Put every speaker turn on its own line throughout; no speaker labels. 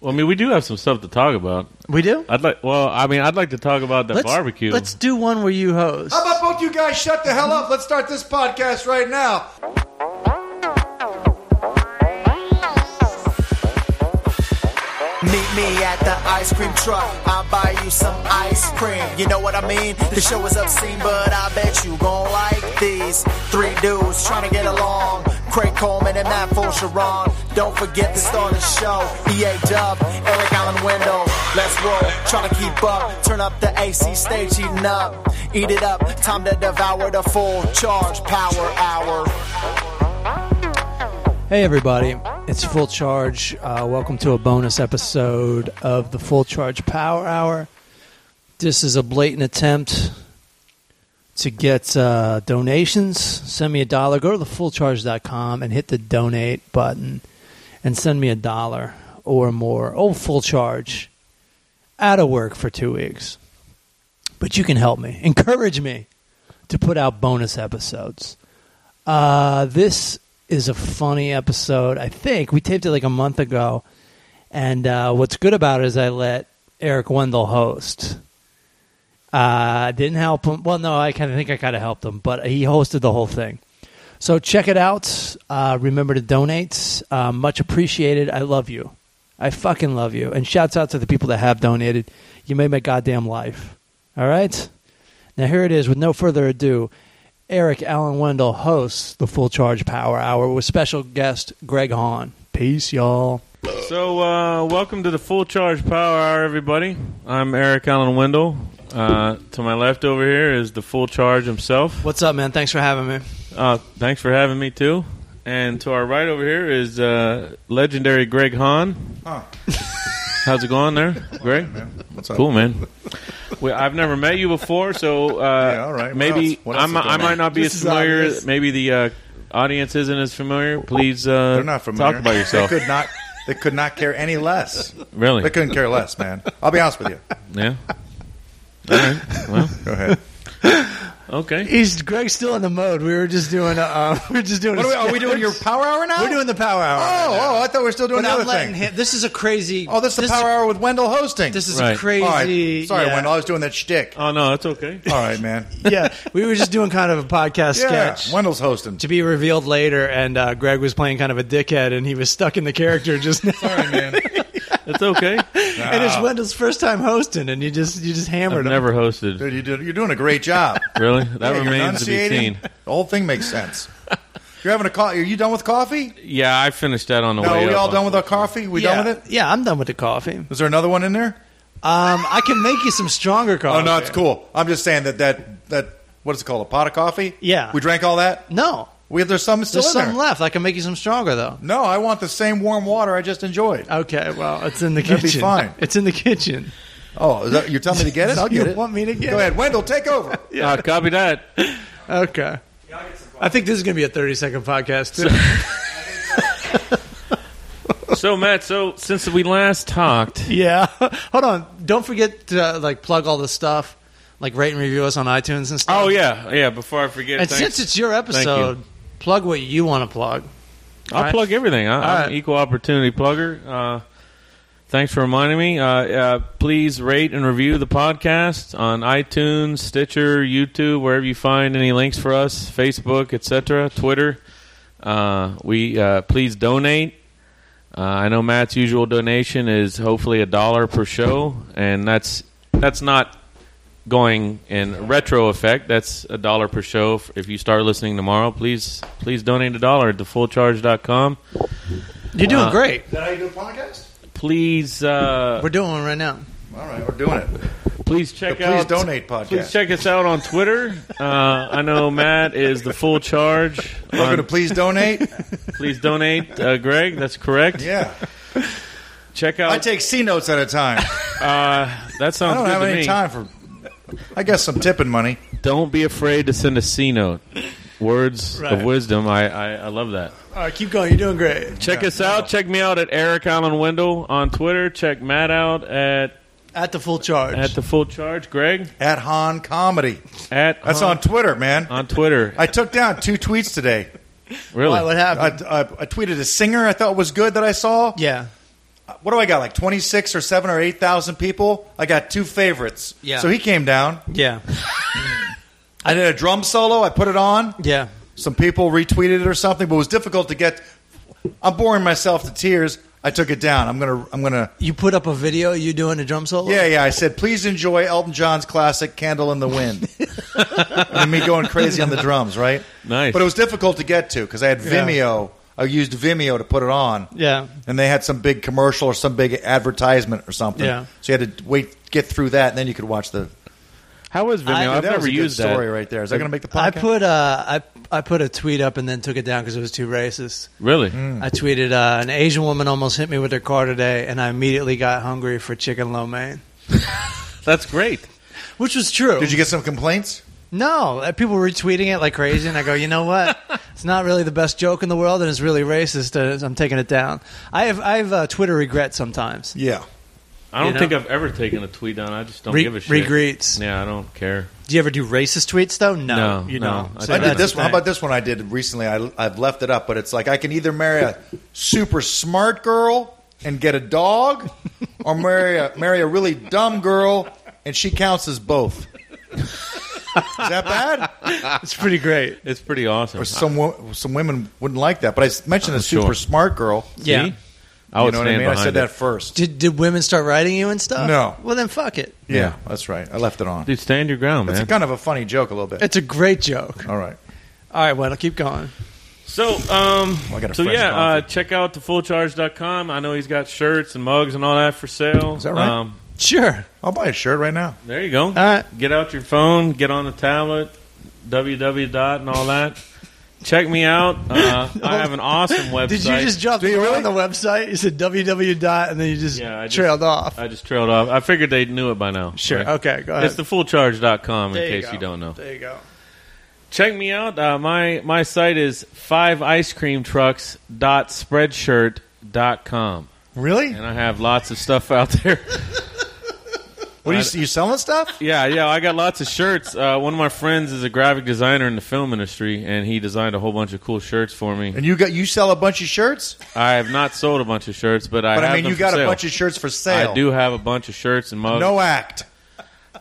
Well, I mean, we do have some stuff to talk about.
We do.
I'd like. Well, I mean, I'd like to talk about that
Let's,
barbecue.
Let's do one where you host.
How about both you guys shut the hell up? Let's start this podcast right now.
Meet me at the ice cream truck. I'll buy you some ice cream. You know what I mean? The show is obscene, but I bet you gon' like these three dudes trying to get along. Craig Coleman and Matt Sharon. Don't forget to start the show. EA Dub, Eric Allen Window. Let's roll. Try to keep up. Turn up the AC stage, heating up. Eat it up. Time to devour the full charge power hour.
Hey, everybody. It's Full Charge. Uh, welcome to a bonus episode of the Full Charge Power Hour. This is a blatant attempt to get uh, donations. Send me a dollar. Go to thefullcharge.com and hit the donate button and send me a dollar or more. Oh, Full Charge. Out of work for two weeks. But you can help me. Encourage me to put out bonus episodes. Uh, this is a funny episode. I think we taped it like a month ago, and uh, what's good about it is I let Eric Wendell host. Uh, didn't help him. Well, no, I kind of think I kind of helped him, but he hosted the whole thing. So check it out. Uh, remember to donate. Uh, much appreciated. I love you. I fucking love you. And shouts out to the people that have donated. You made my goddamn life. All right. Now here it is. With no further ado, Eric Allen Wendell hosts the Full Charge Power Hour with special guest Greg Hahn. Peace, y'all.
so, uh, welcome to the Full Charge Power Hour, everybody. I'm Eric Allen Wendell. Uh, to my left over here is the Full Charge himself.
What's up, man? Thanks for having me.
Uh, thanks for having me too. And to our right over here is uh, legendary Greg Hahn.
Huh.
How's it going there, Greg?
What's up?
Cool, man. Well, I've never met you before, so uh,
Yeah, all right. What
maybe
else? What else
I'm-
is going
I might
on?
not be
This
as
is
familiar.
obvious.
Maybe the uh, audience isn't as familiar. Please uh,
They're not familiar.
talk about yourself.
They could not. They could not care any less.
Really?
They couldn't care less, man. I'll be honest with you.
Yeah. All right. Well,
Go ahead.
okay.
Is Greg still in the mode? We were just doing. A, uh, we are just doing.
What are,
a
we, are we doing your power hour now?
We're doing the power hour.
Oh, oh! I thought we were still doing
but
the
I'm
other
letting
thing.
him. This is a crazy.
Oh, this is the power hour with Wendell hosting.
This is
Right.
a crazy.
All right. Sorry,
yeah.
Wendell. I was doing that shtick.
Oh no, that's okay.
All right, man.
yeah, we were just doing kind of a podcast
Yeah,
sketch.
Wendell's hosting.
to be revealed later, and uh, Greg was playing kind of a dickhead, and he was stuck in the character just now.
Sorry, man.
It's okay.
and it's Wendell's first time hosting, and you just you just
Oh. I've
hammered him.
never hosted.
Dude, you did, you're doing a great job.
Really? That
Yeah, you're
remains to be
enunciating.
seen.
The whole thing makes sense. You're having a coffee. Are you done with coffee?
Yeah, I finished that on the
No,
way.
are we
up.
all done with our coffee? We
yeah.
done with it?
Yeah, I'm done with the coffee.
Is there another one in there?
Um, I can make you some stronger
Oh
coffee.
no, it's cool. I'm just saying that that that what is it called? A pot of coffee?
Yeah.
We drank all that.
No,
We there's some still
there's
in
some
there.
left. I can make you some stronger though.
No, I want the same warm water I just enjoyed.
Okay, well, it's in the kitchen.
That'd be fine.
It's in the kitchen.
Oh, is that, you're telling me to get it? I'll
You
get it.
want me to get
Go ahead, Wendell, take over.
Uh, copy that.
Okay. I think this is going to be a 30 second podcast too.
So Matt, so since we last talked,
yeah. Hold on. Don't forget to uh, like plug all the stuff, like rate and review us on iTunes and stuff.
oh yeah, yeah. Before I forget,
And
thanks.
since it's your episode, plug what you want to plug.
I'll
Alright.
plug everything. I, Uh, I'm
Alright.
an equal opportunity plugger. Uh, thanks for reminding me. Uh, uh, please rate and review the podcast on iTunes, Stitcher, YouTube, wherever you find any links for us, Facebook, etc., Twitter. Uh, we uh, please donate. Uh, I know Matt's usual donation is hopefully a dollar per show, and that's that's not going in retro effect. That's a dollar per show. If- If you start listening tomorrow, please please donate a dollar at thefullcharge.com.
You're doing
Uh,
great.
Is that how you do a podcast?
Please uh,
We're doing one right now.
All right, we're doing it.
please check
Please
out
donate podcast.
Please check us out on Twitter. Uh, I know Matt is the full charge.
We're going to
on-
please donate.
please donate, uh, Greg. That's correct.
yeah,
Check out.
I take C notes at a time.
uh, that
I
sounds
don't
good
have
to
any
me.
time for. I guess some tipping money.
Don't be afraid to send a C note. Words
Right.
of wisdom. I, I, I love that.
All right, keep going. You're doing great.
Check us out. Check me out at Eric Allen Wendell on Twitter. Check Matt out at
At the full charge.
at the full charge. Greg
At Han Comedy.
at
That's
on,
on Twitter, man.
on Twitter.
I took down two tweets today.
Really?
Why, what
I, I,
happened?
I tweeted a singer I thought was good that I saw.
yeah.
what do I got? Like twenty six or seven or eight thousand people. I got two favorites.
Yeah.
So he came down.
Yeah.
I did a drum solo. I put it on.
Yeah.
Some people retweeted it or something, but it was difficult to get. I'm boring myself to tears. I took it down. I'm gonna. I'm gonna.
You put up a video you doing a drum solo?
Yeah, yeah. I said, please enjoy Elton John's classic "Candle in the Wind," and me going crazy on the drums, right?
Nice.
But it was difficult to get to because I had
Yeah.
Vimeo. I used Vimeo to put it on.
Yeah.
And they had some big commercial or some big advertisement or something.
Yeah.
So you had to wait, get through that, and then you could watch the.
How is Vimeo?
I-
I've
that
never
was a good
used that.
story right there. Is that going to make the podcast?
I put uh, I I put a tweet up and then took it down because it was too racist.
Really?
Mm.
I tweeted uh, an Asian woman almost hit me with her car today, and I immediately got hungry for chicken lo mein,
That's great.
which was true.
Did you get some complaints?
No, uh, people were retweeting it like crazy, and I go, you know what? it's not really the best joke in the world, and it's really racist. And I'm taking it down. I have I have uh, Twitter regret sometimes.
Yeah.
I don't
You know?
think I've ever taken a tweet down. I just don't
Re-
give a shit.
regrets.
Yeah, I don't care.
Do you ever do racist tweets though? No,
No,
you
no.
don't.
I
So
I
that's
did
that's
this
the
one. How
thing.
about this one I did recently? I, I've left it up, but it's like I can either marry a super smart girl and get a dog, or marry a, marry a really dumb girl and she counts as both. Is that bad?
It's pretty great.
It's pretty awesome.
Or some wo- some women wouldn't like that, but I s- mentioned a super
sure.
smart girl.
Yeah.
See? I would
you know what I
stand
mean. I
behind
said
it.
that first.
Did did women start writing you and stuff?
No.
Well, then fuck it.
Yeah, that's right. I left it on.
Dude, stand your ground,
It's
man.
a kind of a funny joke, a little bit.
It's a great joke.
All right.
All right, well, I'll keep going.
So, um,
Well, Oh, I got a
so
fresh
yeah, uh,
coffee.
check out thefullcharge.com. I know he's got shirts and mugs and all that for sale.
Is that right? Uh,
Um,
Sure.
I'll buy a shirt right now.
there you go. All
right.
Get out your phone, get on the tablet, www dot and all that. check me out. Uh, I have an awesome website.
Did you just drop the
you
link
really?
on the website? You said www dot, and then you just
Yeah, I just-
trailed off.
I just trailed off. I figured they knew it by now.
sure.
Right?
Okay,
Uh,
go ahead.
It's thefullcharge.com in
There
case
go.
you don't know.
There you go.
Check me out. Uh, my my site is fiveicecreamtrucks.spreadshirt.com.
Really?
And I have lots of stuff out there.
What are you, you selling stuff?
yeah, yeah, I got lots of shirts. Uh, one of my friends is a graphic designer in the film industry, and he designed a whole bunch of cool shirts for me.
And you got you sell a bunch of shirts?
I have not sold a bunch of shirts, but I
But
have
I mean,
them
you
for
got a
sale.
bunch of shirts for sale.
I do have a bunch of shirts and mugs.
No act.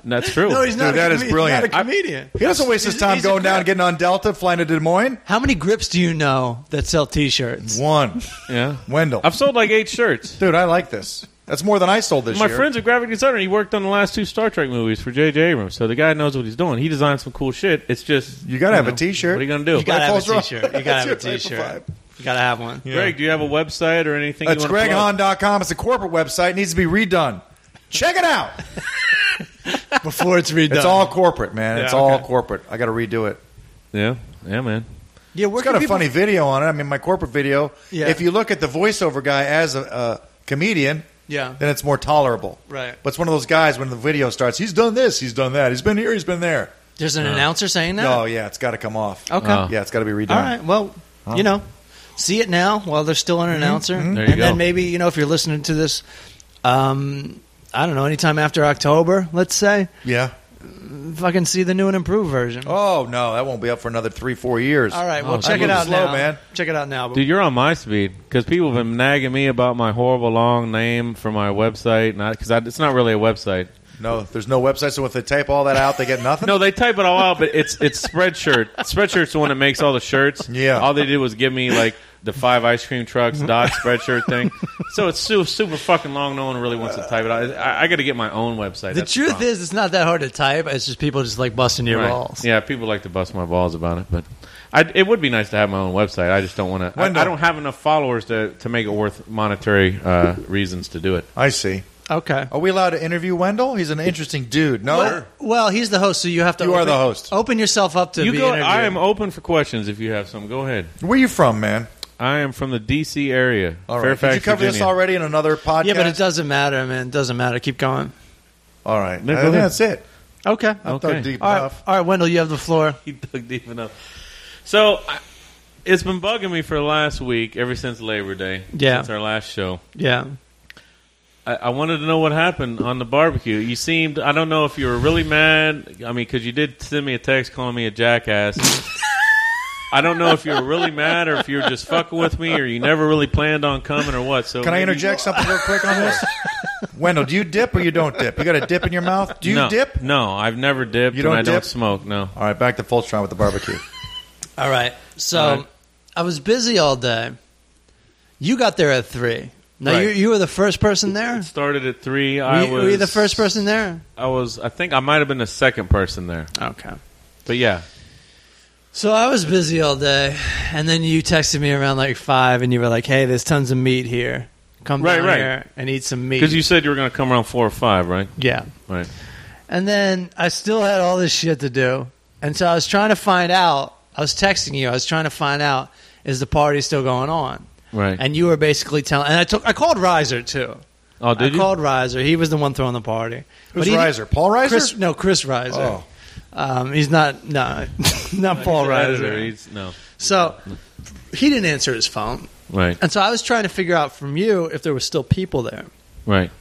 And that's true.
No, he's not.
Dude,
a
that is
comed-
brilliant.
He's not a comedian.
He doesn't waste his
He's-
time
he's a
going down,
crap.
getting on Delta, flying to Des Moines.
How many grips do you know that sell T-shirts?
One,
yeah,
Wendell.
I've sold like eight shirts.
Dude, I like this. That's more than I sold this
My
year.
friend's a graphic designer. He worked on the last two Star Trek movies for J.J. Abrams, so the guy knows what he's doing. He designed some cool shit. It's just
You gotta have a T-shirt.
What are you gonna do?
You gotta have
Falls
a
wrong.
T-shirt. You gotta
That's
have
your
a
type of
T-shirt.
vibe.
You gotta have one.
Greg, do you have a website or anything?
It's
you wanna plug?
greghahn.com. It's a corporate website. It needs to be redone. Check it out.
Before it's redone.
It's all corporate, man. It's
Yeah,
all
okay.
corporate. I got to redo it.
Yeah, yeah, man.
Yeah, where
It's got
can
a
people-
funny video on it. I mean, my corporate video.
Yeah.
If you look at the voiceover guy as a, a comedian,
Yeah.
then it's more tolerable.
Right.
But it's one of those guys when the video starts. He's done this. He's done that. He's been here. He's been there.
There's an announcer saying that.
No, yeah, it's got to come off.
Okay.
Oh.
Yeah, it's got to be redone.
All right. Well, you know, see it now while there's still
Mm-hmm.
an announcer,
There you
and
go.
then maybe you know if you're listening to this, um, I don't know, anytime after October, let's say,
Yeah.
fucking see the new and improved version.
Oh no, that won't be up for another three, four years.
All right. Well,
Oh,
check
that
it
was
out
slow,
now,
man.
Check it out now. But
Dude, you're on my speed because people have been nagging me about my horrible long name for my website. Not because it's not really a website.
No, there's no website, so if they type all that out, they get nothing.
No, they type it all out, but it's it's Spreadshirt. Spreadshirt's the one that makes all the shirts.
Yeah.
All they did was give me like the five ice cream trucks dot Spreadshirt thing. So it's super, super fucking long. No one really wants to type it out. I, I got to get my own website.
the
That's
truth
problem.
is, it's not that hard to type. It's just people just like busting your
Right.
balls.
Yeah, people like to bust my balls about it, but I, it would be nice to have my own website. I just don't want to. I,
Wendell.
I don't have enough followers to, to make it worth monetary uh, reasons to do it.
I see.
Okay.
Are we allowed to interview Wendell? He's an interesting dude. Oh, No,
Well, well, he's the host, so you have to.
You are
open-
the host.
Open yourself up to
You
be
go.
interviewed.
I am open for questions if you have some. Go ahead.
where you from, man?
I am from the D.C. area,
All right.
Fairfax,
Did you cover this
Virginia.
already in another podcast?
Yeah, but it doesn't matter, man. It doesn't matter. Keep going.
All right,
No, go
I think
ahead.
that's it.
Okay.
I
Okay.
dug deep
All right.
enough.
All right, Wendell, you have the floor.
he dug deep enough. So I, it's been bugging me for the last week, ever since Labor Day,
Yeah.
since our last show.
Yeah.
I, I wanted to know what happened on the barbecue. You seemed, I don't know if you were really mad. I mean, because you did send me a text calling me a jackass. I don't know if you were really mad or if you were just fucking with me or you never really planned on coming or what. So
Can I
maybe-
interject something real quick on this? Wendell, do you dip or you don't dip? You got a dip in your mouth? Do you
no,
dip?
No, I've never dipped.
You don't
and I
dip?
don't smoke. No.
All right, back to Fultron with the barbecue.
All right. So
All right.
I was busy all day. You got there at three. Now you
Right.
you were the first person
Hmm.
there.
Started at three. I
were, you,
was.
were you the first person there?
I was. I think I might have been the second person there.
Okay.
But yeah,
So I was busy all day, and then you texted me around like five, and you were like, "Hey, there's tons of meat here. Come
Right,
down
right.
here and eat some meat."
because you said you were going to come around four or five, right?
yeah.
Right.
And then I still had all this shit to do. And so I was trying to find out. I was texting you. I was trying to find out is the party still going on?
Right.
And you were basically telling. And I took. I called Riser too.
oh, did
I
you?
called Riser. He was the one throwing the party. But
Who's
he-
Riser? Paul Riser?
Chris? No, Chris Riser.
Oh.
Um, he's not. No, not Paul
He's the editor.
Riser.
He's- no.
So he didn't answer his phone.
Right.
And so I was trying to figure out from you if there were still people there.
Right.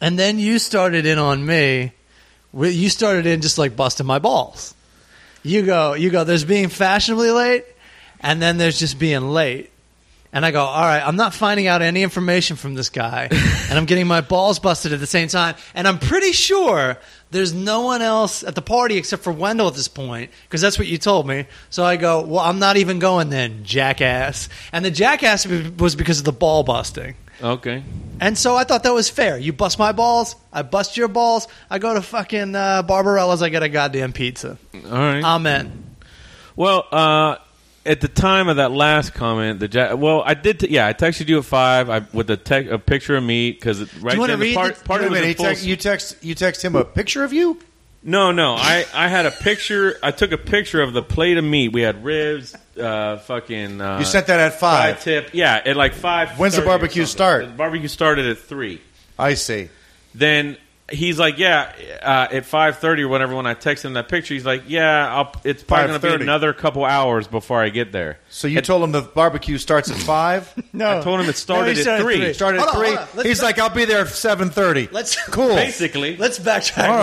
And then you started in on me. Wi- You started in just like busting my balls. You go, you go. There's being fashionably late, and then there's just being late. And I go, all right. I'm not finding out any information from this guy, and I'm getting my balls busted at the same time. And I'm pretty sure there's no one else at the party except for Wendell at this point, because that's what you told me. So I go, well, I'm not even going then, jackass. And the jackass was because of the ball busting.
Okay.
And so I thought that was fair. You bust my balls, I bust your balls. I go to fucking uh, Barbarella's, I get a goddamn pizza.
All right.
Amen.
Well, uh, at the time of that last comment, the ja- well, I did. T- yeah, I texted you at five I, with a, te- a picture of me because right
you wanna
then the
read
part,
the-
part
Wait
of
a
it was
minute,
in
he
full
text- you text you text him a picture of you?
No, no. I, I had a picture. I took a picture of the plate of meat. We had ribs, uh, fucking. Uh,
You sent that at
thigh
five.
tip. Yeah, at like five.
When's the barbecue start?
The barbecue started at three.
I see.
Then he's like, yeah, uh, at five thirty or whatever. When I text him that picture, he's like, yeah, I'll, it's probably going to
5:30.
be another couple hours before I get there.
So you
At-
told him the barbecue starts at five.
I told him it started
he
at
said
three.
three.
started
Hold
at
on,
three.
hold on. Let's
He's
back-
like, I'll be there at seven thirty.
Let's-
cool.
Basically,
Let's backtrack.
All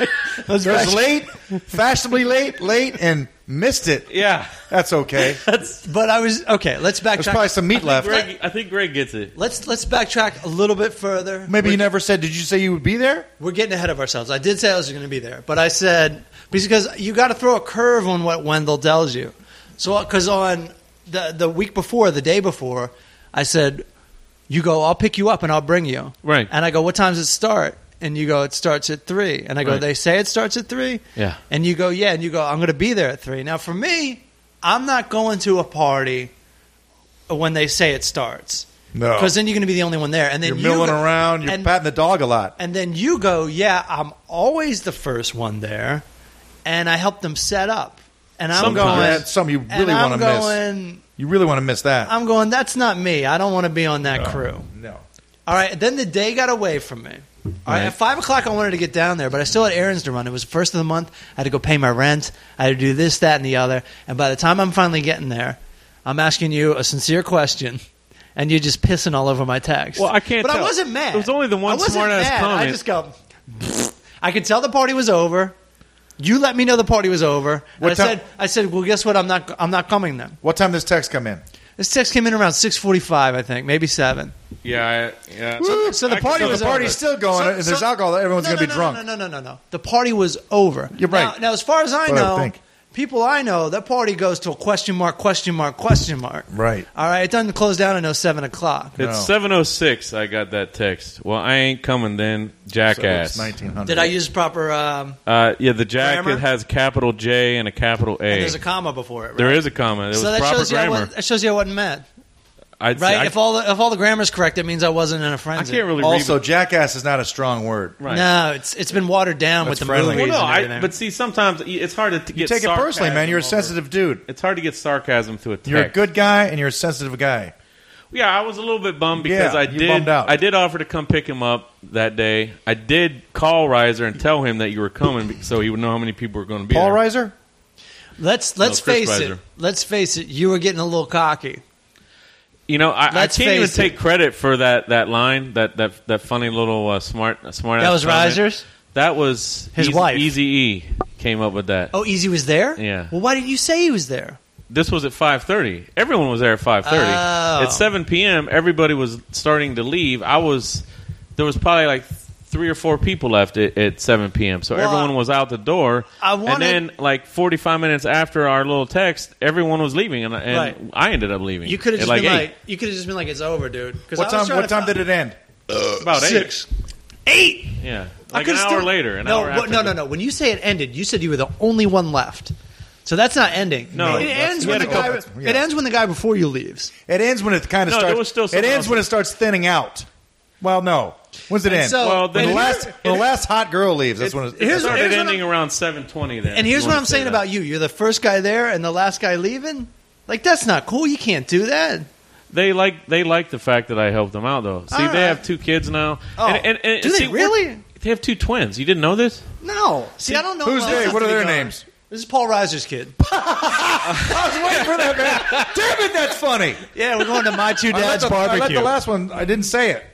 right.
Let's
There's
backtrack.
late, fashionably late, late, and missed it.
yeah.
That's okay.
That's- but I was okay. Let's
There's
backtrack.
probably some meat left.
Greg, I think Greg gets it.
let's let's backtrack a little bit further.
Maybe you never said. Did you say you would be there?
We're getting ahead of ourselves. I did say I was going to be there, but I said because you got to throw a curve on what Wendell tells you. So because on the the week before, the day before, I said, "You go, I'll pick you up and I'll bring you."
Right.
And I go, "What time does it start?" And you go, "It starts at 3. And I go,
Right.
"They say it starts at 3?
Yeah.
And you go, "Yeah." And you go, "I'm going to be there at three. Now for me, I'm not going to a party when they say it starts.
No.
Because then you're going to be the only one there, and then
Oh. You're milling
go-
around. You're
and-
patting the dog a lot.
and then you go, yeah, I'm always the first one there, and I help them set up. And I'm
Sometimes.
going,
That's something you
and
really
I'm
want to miss.
going-
You really want to miss that.
I'm going. That's not me. I don't want to be on that crew.
no.
All right. Then the day got away from me. All right.
Right.
At five o'clock, I wanted to get down there, but I still had errands to run. It was the first of the month. I had to go pay my rent. I had to do this, that, and the other. And by the time I'm finally getting there, I'm asking you a sincere question, and you're just pissing all over my text.
Well, I can't
But I
tell.
wasn't mad.
It was only the one
I wasn't
smart-ass
mad. I
comment.
just go. I could tell the party was over. You let me know the party was over. And
What
I
time-
said, I said, well, guess what? I'm not. I'm not coming then.
What time does text come in?
This text came in around six forty-five, I think, maybe seven.
Yeah, I, yeah.
Woo! So the
I can
party
tell
was
the
already
party-
still going.
So-
if there's
so-
alcohol, everyone's
no,
going to
no,
be
no,
drunk.
No, no, no, no, no. The party was over.
You're right.
Now, now as far as I
That's what I
know,
think.
people I know, that party goes to a question mark, question mark, question mark.
Right.
All right. It doesn't close down until seven o'clock.
It's
No.
seven oh six. I got that text. Well, I ain't coming then,
So it's
jackass.
1900.
Did I use proper? Um,
uh, yeah, the jack
Grammar?
it has capital J and a capital A.
and there's a comma before it. Right?
there is a comma. It
So
was
that
proper
shows, you I
grammar.
wa- that shows you I wasn't mad,
I'd say
right?
I,
if all the if all the grammar's correct, it means I wasn't in a
I
frenzy.
can't really
Also,
read.
jackass is not a strong word.
Right.
No, it's it's been watered down with
That's
the
friendly.
Well,
movies
no,
and
I,
everything.
but see, sometimes y- it's hard to t- get
You take it personally, man.
sarcasm
You're a
over-
sensitive dude.
It's hard to get sarcasm through a text.
You're a good guy and you're a sensitive guy.
Yeah, I was a little bit bummed because
Yeah,
I
you
did.
bummed out.
I did offer to come pick him up that day. I did call Riser and tell him that you were coming, be- so he would know how many people were going to be.
Paul
there.
Reiser?
let's let's
Chris
face it.
Reiser.
Let's face it. You were getting a little cocky.
You know, I, I
Let's
can't even
face it.
take credit for that, that line, that that that funny little uh, smart smart.
That was Riser's?
That was
His
Eazy-
wife.
Eazy E came up with that.
Oh, Easy was there.
Yeah.
Well, why didn't you say he was there?
This was at 5:30. Everyone was there at 5:30.
Oh.
At 7 p.m., everybody was starting to leave. I was there was probably like three or four people left at, at 7 p.m. So
Well,
everyone was out the door.
I
and
wanted-
then like 45 minutes after our little text, everyone was leaving, and, and
Right.
I ended up leaving.
You could have
at
just been
8.
like, you could have just been like, it's over, dude. 'Cause
What
I was
time?
trying
What
to
time
fi-
did it end?
about
Six.
Eight.
eight. Yeah,
I
like an
could've
hour
still-
later. An
no,
hour
wha-
after
no,
the-
no, no. When you say it ended, you said you were the only one left. So that's not ending.
No,
it
that's-
ends
we
when the
had a
guy.
couple- yeah.
It ends when the guy before you leaves.
It ends when it kind of
No, there
starts.
was still
it
something
ends
else.
when it starts thinning out. Well, no. When's it
And
end?
so-
Well,
when
then-
the
and
last
here-
when the last hot girl leaves. That's when it,
It
Here's-
started
here's what
ending around 7:20. Then,
And
if
here's
you
what
wanna
I'm
say
saying
that.
about you: you're the first guy there and the last guy leaving. Like that's not cool. You can't do that.
They like they like the fact that I helped them out though. See,
All
they
right.
have two kids now.
Uh, Oh.
and, and, and,
Do they
see, we're-
really?
They have two twins. You didn't know this?
No. See, I don't know.
who's
who
they?
else has
What are
to be
their
gone.
names?
This is Paul Reiser's kid.
I was waiting for that, man. Damn it, that's funny.
Yeah, we're going to my two
I let
dad's
the, I let
barbecue.
the last one. I didn't say it.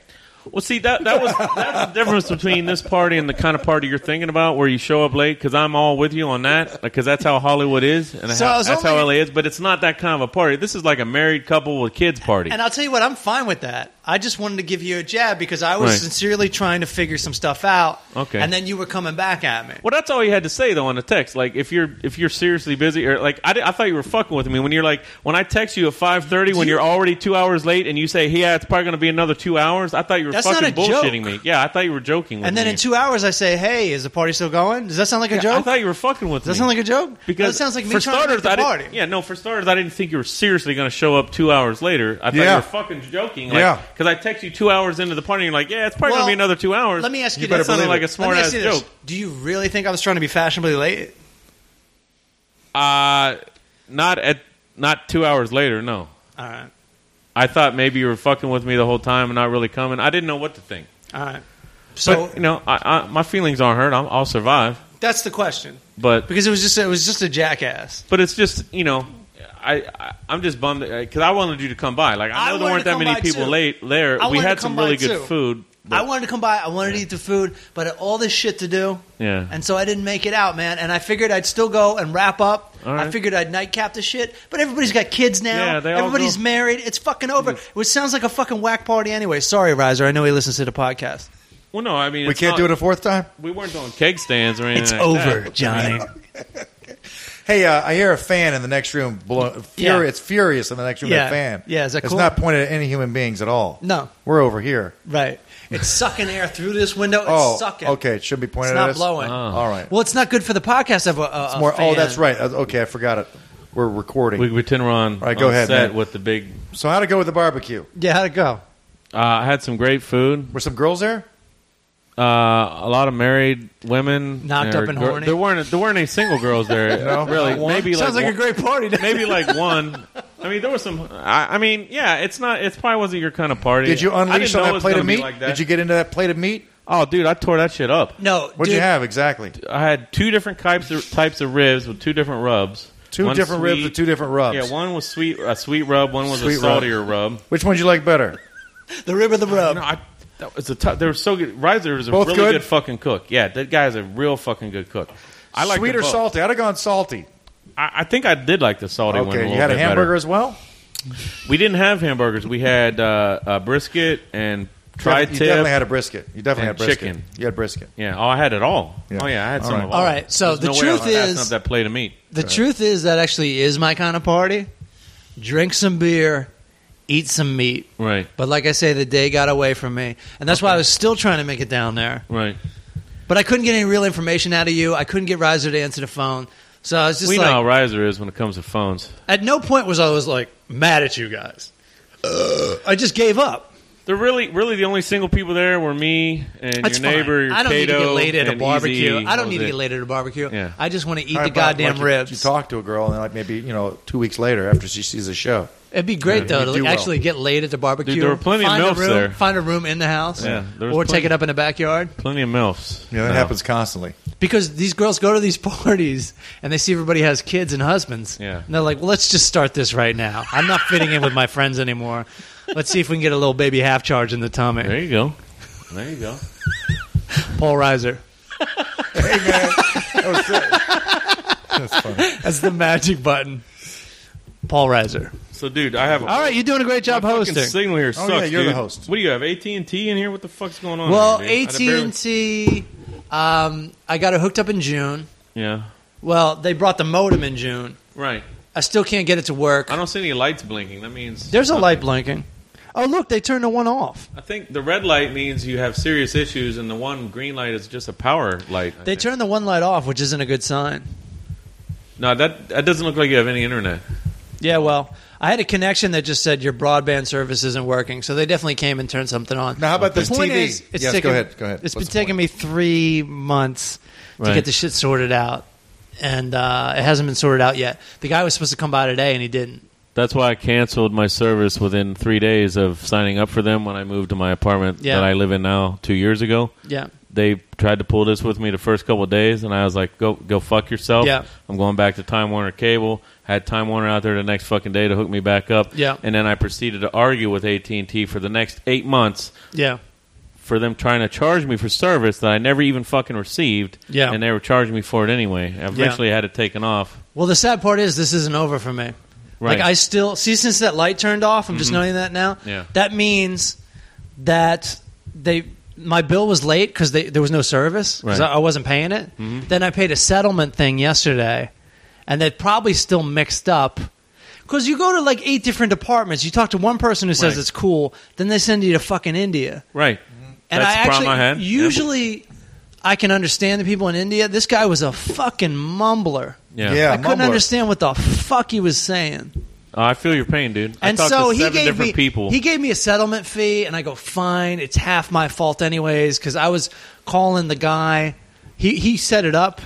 Well, see that that was that's the difference between this party and the kind of party you're thinking about, where you show up late. Because I'm all with you on that, because that's how Hollywood is, and
So I
how,
was
that's how
only-
LA is. But it's not that kind of a party. This is like a married couple with kids party.
And I'll tell you what, I'm fine with that. I just wanted to give you a jab because I was
Right.
sincerely trying to figure some stuff out.
Okay.
And then you were coming back at me.
Well, that's all you had to say though on the text. Like if you're if you're seriously busy or like I, di- I thought you were fucking with me when you're like when I text you at five thirty when you're already two hours late and you say yeah it's probably going to be another two hours. I thought you were
That's
fucking
not a joke.
bullshitting me. Yeah, I thought you were joking. With
And then
me.
in two hours, I say, "Hey, is the party still going? Does that sound like a
I
joke?
thought you were fucking with
Does that
me.
sound like a joke?
because
that sounds like me
for
trying
starters,
to make the
I
party.
didn't, yeah, no. For starters, I didn't think you were seriously going to show up two hours later. I thought you
Yeah.
were fucking joking. Like,
Yeah.
because I text you two hours into the party, and you're like, "Yeah, it's probably
Well,
going to be another two hours."
Let me ask you.
That
this.
sounded like a
Let me
smart
ask
ass
you this.
joke.
Do you really think I was trying to be fashionably late?
Uh, not at not two hours later. No.
All right,
I thought maybe you were fucking with me the whole time and not really coming. I didn't know what to think.
all right. So
So you know, I, I, my feelings aren't hurt. I'm, I'll survive.
that's the question
But
because it was just it was just a jackass.
but it's just you know, I, I I'm just bummed because I wanted you to come by. Like I
I
know there
wanted
weren't
to
that
come by,
many people
too.
late there.
I
we
wanted
had
to
some
come
really
by,
good
too.
food. but-
I wanted to come by. I wanted to eat the food, but I had all this shit to do.
Yeah.
And so I didn't make it out, man. And I figured I'd still go and wrap up.
All right.
I figured I'd nightcap the shit. But everybody's got kids now.
Yeah, they all
Everybody's
go-
married. It's fucking over. It sounds like a fucking whack party anyway. Sorry, Riser. I know he listens to the podcast.
well, no, I mean
We
it's
can't
not-
do it a fourth time.
We weren't doing keg stands or anything.
It's
like
over,
that.
Johnny.
Hey, uh, I hear a fan in the next room. Blow,
Yeah.
fury, It's furious in the next room.
Yeah.
That fan.
Yeah, is that
it's
cool?
not pointed at any human beings at all.
No.
we're over here.
right. It's sucking air through this window. It's
oh,
sucking.
okay. It should be pointed
It's
at
not
us.
blowing.
Oh.
All right.
Well, it's not good for the podcast. Of a, a, a
More- oh,
fan.
that's right. Uh, Okay, I forgot it. We're recording.
We pretend we're on,
right, go
on
ahead,
set
man.
with the big.
so how to go with the barbecue?
Yeah, how'd it go?
Uh, I had some great food.
Were some girls there?
Uh, a lot of married women
Knocked
or
up and
gir-
horny?
There weren't there weren't any single girls there.
No?
really,
Not one?
maybe
Sounds
like,
like a great party. doesn't
maybe
it?
like one. I mean, there was some. I, I mean, yeah, it's not. It probably wasn't your kind of party.
Did you
I didn't
unleash
know
on
it
that
was
plate
gonna
of
be
meat?
like that.
Did you get into that plate of meat?
Oh, dude, I tore that shit up.
no.
What'd
dude,
you have exactly?
I had two different types of, types of ribs with two different rubs.
Two
One
different ribs with two different rubs.
Yeah, one was sweet a sweet rub. One was
Sweet
a
rub.
saltier rub.
Which one did you like better?
The rib of the rub.
No, I, that was a tough. They were so good. Riser is a
Both
really
good?
good? fucking cook. Yeah, that guy's a real fucking good cook. I like
sweet or salty? I'd have gone salty.
I, I think I did like the salty one.
Okay,
little
you had a
bit
hamburger
better.
as well.
We didn't have hamburgers. We had uh, uh, brisket and tri
You definitely
tip.
had a brisket. You definitely
and
had brisket.
chicken.
You had brisket.
Yeah, oh, I had it all.
Yeah.
Oh yeah, I had
All
some
right.
of all.
All right. So
There's
the
no way I
truth
was passing up
is,
that plate of meat.
the truth is that actually is my kind of party. Drink some beer, eat some meat.
Right,
But like I say, the day got away from me, and that's why I was still trying to make it down there.
right.
But I couldn't get any real information out of you. I couldn't get Riser to answer the phone. So I was just
we
like,
know how Riser is when it comes to phones.
at no point was I was like mad at you guys.
Uh.
I just gave up.
They're really, really the only single people there were me and
That's
your neighbor.
fine. I don't need to get
Kato,
laid at a
and
barbecue.
Easy.
I
That
don't
was
need to
it.
get laid at a barbecue.
Yeah.
I just want to eat
How
the
about,
goddamn
like, you-
ribs.
You talk to a girl and then like maybe you know two weeks later after she sees the show.
It'd be great
Yeah, you
though to
do well.
actually get laid at the barbecue.
Dude, there were plenty of
find a
milfs
room,
there.
Find a room in the house,
Yeah, there was
or take
plenty.
it up in the backyard.
Plenty of milfs.
You know that
No.
happens constantly.
Because these girls go to these parties and they see everybody has kids and husbands.
Yeah.
and they're like, well, "Let's just start this right now. I'm not fitting in with my friends anymore. Let's see if we can get a little baby half charge in the tummy."
There you go. There you go.
Paul Reiser.
Hey man, that was it. That's funny.
That's the magic button. Paul Reiser.
So, dude, I have. A,
All right, you're doing a great job
my fucking
hosting.
Signal here
Oh,
sucks.
yeah, you're the
dude.
host.
What do you have? AT and T in here? What the fuck's going on?
Well,
here, dude?
AT
I'd barely-
and T. Um, I got it hooked up in June.
Yeah.
Well, they brought the modem in June.
Right.
I still can't get it to work.
I don't see any lights blinking. That means
There's a
something.
light blinking. Oh, look, they turned the one off.
I think the red light means you have serious issues, and the one green light is just a power light. I
They
think.
turned the one light off, which isn't a good sign.
No, that that doesn't look like you have any internet.
Yeah, well, I had a connection that just said your broadband service isn't working, so they definitely came and turned something on.
Now, how about
the
this
point
TV?
Is, it's
Yes,
taken-
go ahead, go ahead.
It's
What's
been
the
taking me three months to
Right.
get the shit sorted out, and uh, it hasn't been sorted out yet. The guy was supposed to come by today, and he didn't.
That's why I canceled my service within three days of signing up for them when I moved to my apartment
Yeah.
that I live in now two years ago.
Yeah.
They tried to pull this with me the first couple of days, and I was like, "Go, go fuck yourself."
Yeah.
I'm going back to Time Warner Cable. Had Time Warner out there the next fucking day to hook me back up.
Yeah.
and then I proceeded to argue with AT and T for the next eight months
Yeah.
for them trying to charge me for service that I never even fucking received.
Yeah.
and they were charging me for it anyway. I eventually had it taken off.
Well, the sad part is this isn't over for me.
Right. Mm-hmm.
Like I still see since that light turned off. I'm just knowing that now.
Yeah.
That means that they my bill was late because there was no service
Right.
'cause
Mm-hmm.
I, I wasn't paying it. Then I paid a settlement thing yesterday, and they probably still mixed up. Because you go to like eight different departments, you talk to one person who says
Right.
it's cool, then they send you to fucking India.
Right.
And
That's
I
the problem
actually
I had.
usually I can understand the people in India. This guy was a fucking mumbler.
Yeah.
Yeah.
I couldn't
mumbler.
understand what the fuck he was saying.
Oh, I feel your pain, dude. I
And
talked
so
to
he
seven
gave
different
me
people.
he gave me a settlement fee, and I go fine. It's half my fault anyways because I was calling the guy. He he set it up,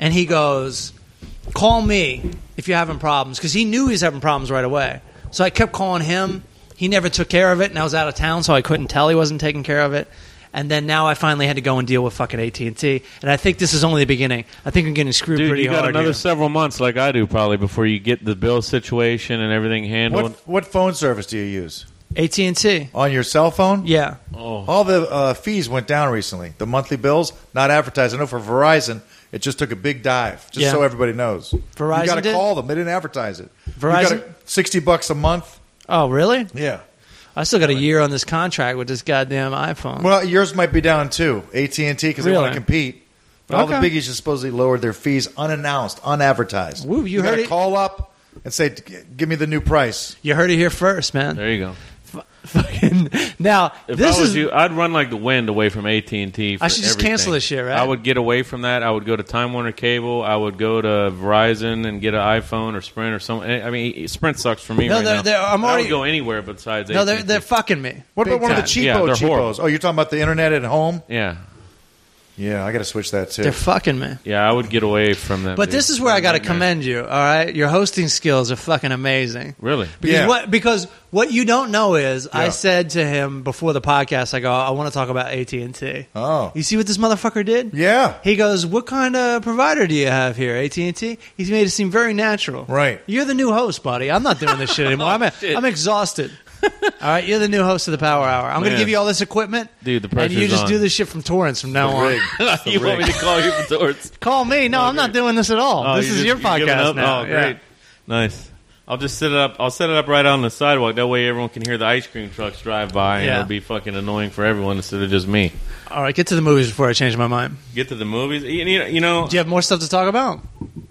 and he goes, "Call me if you're having problems," because he knew he was having problems right away. So I kept calling him. He never took care of it, and I was out of town, so I couldn't tell he wasn't taking care of it. And then now I finally had to go and deal with fucking AT and T, and I think this is only the beginning. I think I'm getting screwed
Dude,
pretty
you got
hard.
another
here.
several months, like I do, probably before you get the bill situation and everything handled.
What, what phone service do you use?
AT and T,
On your cell phone?
yeah,
Oh,
All the uh, fees went down recently. The monthly bills, not advertised. I know for Verizon, it just took a big dive, just
Yeah.
so everybody knows.
Verizon
You got to
did?
call them. They didn't advertise it. You
Verizon?
gotta- 60 bucks a month.
oh really?
Yeah.
I still got a year on this contract with this goddamn iPhone.
Well, yours might be down too. AT and T because they want
Really?
to compete. All the
Okay.
biggies just supposedly lowered their fees unannounced, unadvertised.
Woo, you heard
gotta
it.
Call up and say, "G- "Give me the new price."
you heard it here first, man.
there you go.
Fucking now,
If
this
I was
is
you, I'd run like the wind away from AT and T.
I should just cancel this shit, right?
I would get away from that. I would go to Time Warner Cable. I would go to Verizon and get an iPhone or Sprint or something. I mean, Sprint sucks for me
No,
right
they're-
now.
they're- I'm
I
already-
would go anywhere besides.
no, they're
AT&T.
they're fucking me.
What
Big
about one of the
time.
cheapo
Yeah, they're
cheapos?
horrible.
Oh, you're talking about the internet at home?
yeah,
Yeah, I got to switch that too.
They're fucking me.
yeah. I would get away from them.
But
dude.
this is where I got to
Nightmare.
commend you. All right, your hosting skills are fucking amazing.
Really?
Because
Yeah.
what because what you don't know is I
Yeah.
said to him before the podcast, I go, I want to talk about AT and T.
Oh.
you see what this motherfucker did?
yeah,
He goes, "What kind of provider do you have here, AT and T?" He's made it seem very natural.
Right. Oh,
You're the new host, buddy. I'm not doing this shit anymore. I'm, I'm exhausted. all right, you're the new host of the Power Hour. I'm going to
Man.
give you all this equipment,
Dude, the
and you
pressure's
just
on.
do this shit from torrents from now on.
Rig.
you want me to call you for torts?
Call me. No, I'm not doing this at all.
Oh,
this
you
is
just-
your
you giving
podcast
up?
now.
Oh,
Yeah.
great, nice. I'll just set it up. I'll set it up right on the sidewalk. That way, everyone can hear the ice cream trucks drive by, and
Yeah.
it'll be fucking annoying for everyone instead of just me.
All right, get to the movies before I change my mind.
Get to the movies. You, you know, you know uh,
Do you have more stuff to talk about?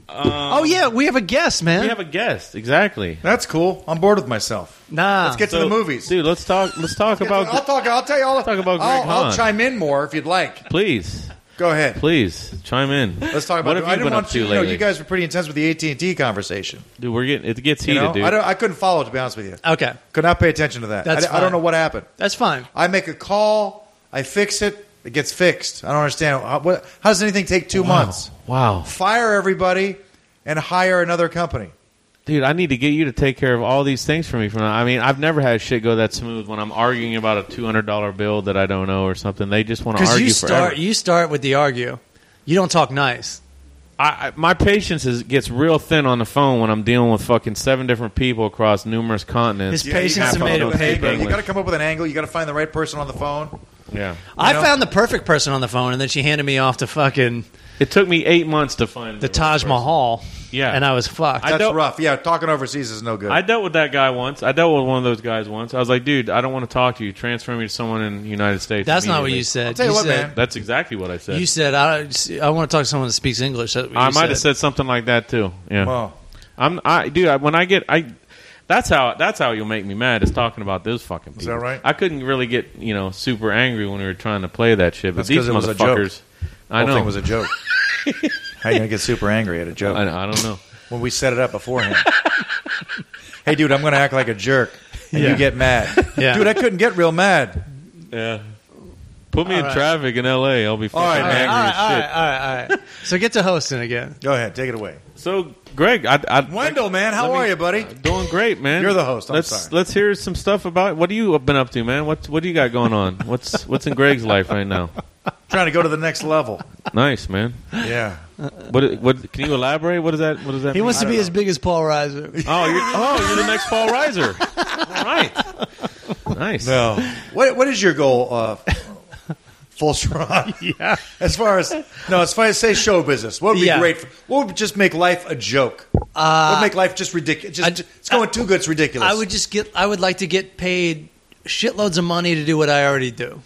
oh yeah, we have a guest, man.
we have a guest. Exactly.
that's cool. I'm bored with myself.
nah,
Let's get to the movies.
dude. Let's talk. Let's talk about.
I'll talk. I'll tell you all.
Talk about Greg
I'll, I'll
Hahn.
chime in more if you'd like.
please,
Go ahead.
please chime in.
Let's talk about.
what have
I
you
didn't
been
want
up to
you,
lately?
know, you guys were pretty intense with the AT and T conversation.
dude, we're getting it gets
You
heated,
know,
dude.
I, don't, I couldn't follow to be honest with you.
okay,
Could not pay attention to that. I,
That's
d- I
fine.
don't know what happened.
that's fine.
I make a call, I fix it, it gets fixed. I don't understand. How, what, how does anything take two months?
Wow,
Fire everybody and hire another company.
dude, I need to get you to take care of all these things for me. From now. I mean, I've never had shit go that smooth when I'm arguing about a two hundred dollar bill that I don't know or something. They just want to
Because
argue
you
forever.
start, you start with the argue. You don't talk nice.
I, I my patience is gets real thin on the phone when I'm dealing with fucking seven different people across numerous continents.
His Yeah, you patience gotta
come
made a
up with an
paper.
angle. You got to come up with an angle. You got to find the right person on the phone.
yeah,
I
know?
found the perfect person on the phone, and then she handed me off to fucking
it took me eight months to find
the Taj Mahal.
Yeah.
and I was fucked.
I
That's
don't-
rough. Yeah, talking overseas is no good.
I dealt with that guy once. I dealt with one of those guys once. I was like, dude, I don't want to talk to you. Transfer me to someone in the United States.
That's not what
immediately.
you said.
tell you
you
what,
said,
man.
That's exactly what I said.
You said I, I want to talk to someone that speaks English. That's what
I
you
might have said something like that too. Yeah.
Well,
I'm I dude, I, when I get I that's how that's how you'll make me mad is talking about those fucking people.
that right?
I couldn't really get, you know, super angry when we were trying to play that shit, but
That's
these
'cause it was a joke.
motherfuckers
the
I
whole
know.
thing was a joke. How you gonna get super angry at a joke
I, I don't know.
when we set it up beforehand? hey, dude, I'm gonna act like a jerk, and
Yeah.
you get mad.
Yeah.
dude, I couldn't get real mad.
Yeah. Put me
All
in
right.
traffic in LA, I'll be fucking
right,
All right,
angry
all right,
as
all
shit.
right, all right, all right. So get to hosting again.
Go ahead, take it away.
So Greg, I, I
Wendell, man, how
Let me-
are you, buddy?
Doing great, man.
You're the host, I'm
let's
sorry.
let's hear some stuff about what do you been up to, man? What's what do you got going on? What's what's in Greg's life right now?
Trying to go to the next level.
Nice, man.
Yeah.
What what can you elaborate? What does that what does that
He
mean?
wants to be as big as Paul Reiser.
Oh, you're, oh, you're the next Paul Reiser. All right. Nice.
No. What What is your goal, uh, Full Strong?
Yeah.
As far as no, as far as say show business, what would be
Yeah.
great? For, what would just make life a joke? Uh, what would make life just ridiculous? Just,
I-
it's going too good. It's ridiculous.
I would just get. I would like to get paid shitloads of money to do what I already do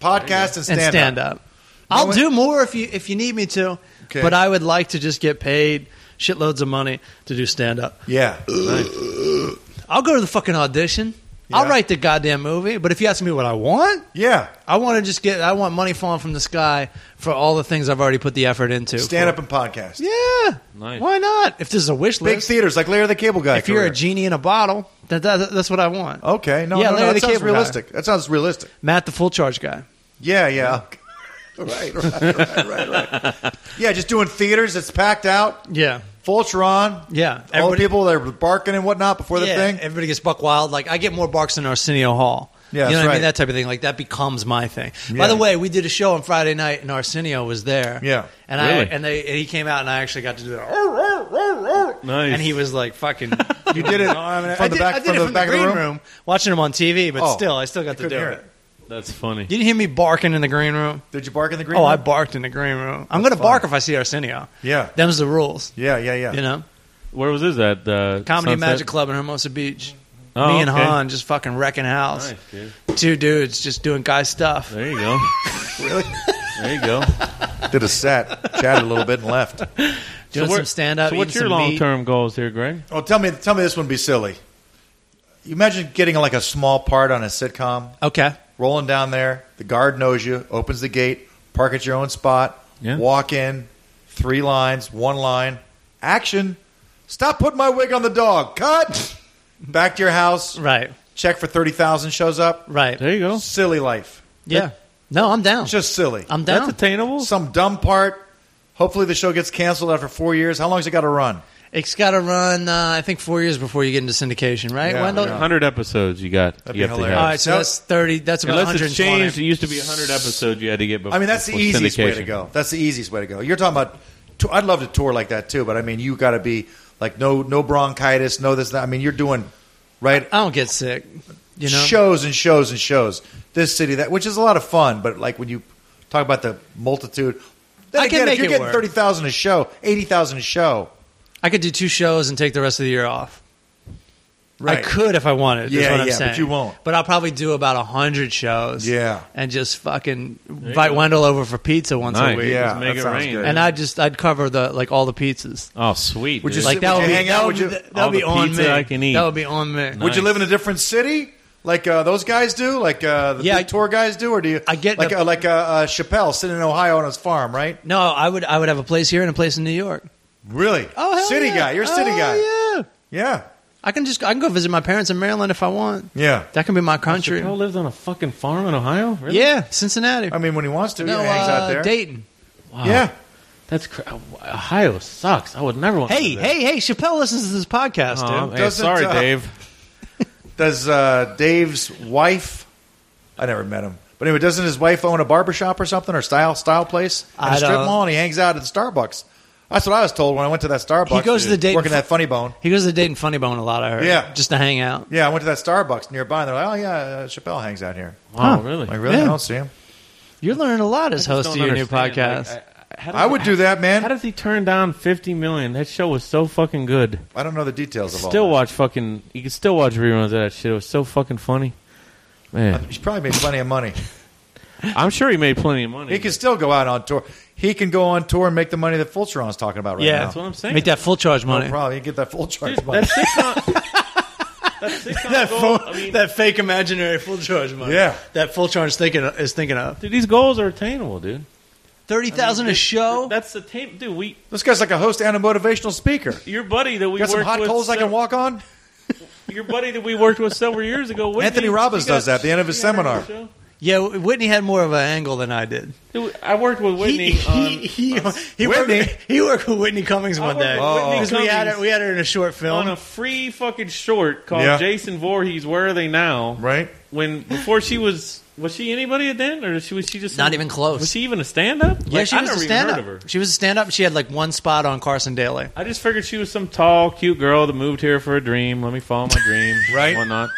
podcast and stand,
and stand
up.
up. I'll
what-
do more if you if you need me to,
Okay.
but I would like to just get paid shitloads of money to do stand up.
Yeah.
I'll go to the fucking audition. I'll
Yeah.
write the goddamn movie. But if you ask me what I want,
Yeah.
I want to just get. I want money falling from the sky for all the things I've already put the effort into.
Stand up and podcast.
Yeah.
Nice.
Why not? If this is a wish
Big
list,
theaters like Larry the Cable Guy.
if you're a
career.
genie in a bottle, that, that, that's what I want.
okay, no,
Yeah,
no, no,
Larry
that
the
sounds
Cable Guy.
realistic. That sounds realistic.
Matt, the full charge guy.
Yeah, yeah. right, right, right, right, right. Yeah, just doing theaters. It's packed out.
Yeah.
Fultron.
Yeah.
all the
Everybody-
people that are barking and whatnot before the
yeah,
thing.
Everybody gets buck wild. Like I get more barks than Arsenio Hall.
Yeah,
you know
that's
what I
right.
mean. That type of thing. Like that becomes my thing.
Yeah.
By the way, we did a show on Friday night, and Arsenio was there.
Yeah.
and I
Really?
and they and he came out, and I actually got to do that.
Nice.
And he was like, "Fucking."
you did it I mean,
I
from
did,
the back,
I did
from
it
the
from
back
the
of
green
the
room. watching him on TV, but
Oh.
still, I still got to do
Couldn't hear
it.
it.
That's funny.
You didn't hear me barking in the green room.
Did you bark in the green
oh, I
room?
barked in the green room. I'm going to bark if I see Arsenio.
Yeah.
them's the rules.
yeah, yeah, yeah.
You know,
Where was this at? Uh,
comedy
Sunset?
and magic club in Hermosa Beach.
Oh,
me and
okay.
Han just fucking wrecking house.
Nice, dude.
two dudes just doing guy stuff.
There you go.
Really?
There you go.
Did a set, chatted a little bit, and left.
Doing
where-
some stand up.
So what's your long term goals here, Greg?
Oh, tell me, tell me this one be silly. You imagine getting like a small part on a sitcom,
Okay.
rolling down there. The guard knows you, opens the gate, park at your own spot,
Yeah.
walk in, three lines, one line, action. Stop putting my wig on the dog. Cut. Back to your house.
Right.
Check for thirty thousand shows up.
Right.
There you go.
Silly life.
Yeah. No, I'm down.
It's just silly.
I'm
That's
down.
attainable.
Some dumb part. Hopefully the show gets canceled after four years. How long's it got to run?
it's got to run. Uh, I think four years before you get into syndication, right,
Yeah,
Wendell?
yeah.
Hundred episodes you got.
That'd
you
be
have
hilarious.
All
to have.
right, so that's thirty. That's Uh, about
Unless it's
120.
changed, it used to be hundred episodes you had to get. Before,
I mean, that's the
before
easiest way to
syndication.
go. That's the easiest way to go. You're talking about. To, I'd love to tour like that too, but I mean, you got to be like no no bronchitis, no this. That. I mean, you're doing right
I don't get sick. You know.
shows and shows and shows. This city that, which is a lot of fun, but like when you talk about the multitude. Then
I can
again,
make
if you're
it
getting
work.
thirty thousand a show, eighty thousand a show,
I could do two shows and take the rest of the year off. I could if I wanted. is
Yeah,
what I'm
yeah, but
saying.
you won't.
But I'll probably do about hundred shows.
Yeah.
And just fucking invite Wendell over for pizza once
Nice.
a week.
Yeah,
Just make
that
it
sounds
rain.
good.
And I just I'd cover the like all the pizzas.
Oh, sweet.
Would you
dude.
sit-
like that
Would
would
you
be
hang out?
that
Would you-
that
All
would be
the
on
pizza
me.
I can eat.
That would be on me.
Would
Nice.
you live in a different city? Like uh, those guys do, like uh, the
Yeah,
big
I-
tour guys do, or do you?
I get
like
the-
uh, like uh, uh, Chappelle sitting in Ohio on his farm, right?
No, I would I would have a place here and a place in New York.
Really?
Oh, hell
city
yeah.
guy. You're a city
Oh,
guy.
Yeah.
Yeah.
I can just I can go visit my parents in Maryland if I want.
Yeah.
That can be my country.
Chappelle lives on a fucking farm in Ohio. Really?
Yeah, Cincinnati.
I mean, when he wants to,
no,
he hangs out
uh,
there.
Dayton.
Wow.
Yeah.
That's cra- Ohio sucks. I would never want. to
Hey,
live there.
hey, hey! Chappelle listens to this podcast,
Aw,
dude.
hey,
Doesn't,
sorry,
uh,
Dave.
Does uh, Dave's wife? I never met him. But anyway, doesn't his wife own a barbershop or something or style style place and
I
a strip
don't-
mall? And he hangs out at Starbucks. That's what I was told when I went to that Starbucks.
He goes to the Dayton-
working that Funny Bone.
He goes to Dayton Funny Bone a lot. I heard.
Yeah.
just to hang out.
Yeah, I went to that Starbucks nearby, and they're like, "Oh yeah, uh, Chappelle hangs out here."
Wow,
huh.
really?
Like, really?
Yeah.
I don't see him.
You're learning a lot as host of
Don't
your new
understand.
podcast.
Like, I- how
I would do that, man.
How does he turn down fifty million? That show was so fucking good.
I don't know the details of all.
Still
that.
watch fucking. You can still watch reruns of that shit. It was so fucking funny, man.
He's probably made plenty of money.
I'm sure he made plenty of money.
He can still go out on tour. He can go on tour and make the money that Fultron's talking about right
Yeah,
now.
That's what I'm saying.
Make that full charge
no
money.
problem. You can get that full charge
Dude,
money.
that six on. That six on goal. I mean,
that fake imaginary full charge money.
Yeah.
that full charge thinking is thinking of
dude, these goals are attainable, dude.
thirty thousand a show.
That's the tape, dude. We
This guy's like a host and a motivational speaker.
your buddy that we
got some
worked
hot
with
coals I can
sev-
walk on?
Your buddy that we worked with several years ago. Whitney,
Anthony Robbins
she got-
does that at the end of his
she had her
seminar.
own show.
yeah, Whitney had more of an angle than I did.
Dude, I worked with Whitney.
he he
on,
he, he
Whitney?
Worked, he worked with Whitney Cummings
I
one
worked
day
with Whitney
because we had
Cummings
her we had her in a short film.
on a free fucking short called
Yeah.
Jason Voorhees. Where are they now?
Right?
When before she was was she anybody then, or she was she just
Not even close.
Was she even a stand up?
yeah, she
I
was
never
a
even
stand
heard
up.
of her.
She was a stand up. She had like one spot on Carson Daly.
I just figured she was some tall, cute girl that moved here for a dream. Let me follow my dream,
Right.
Whatnot.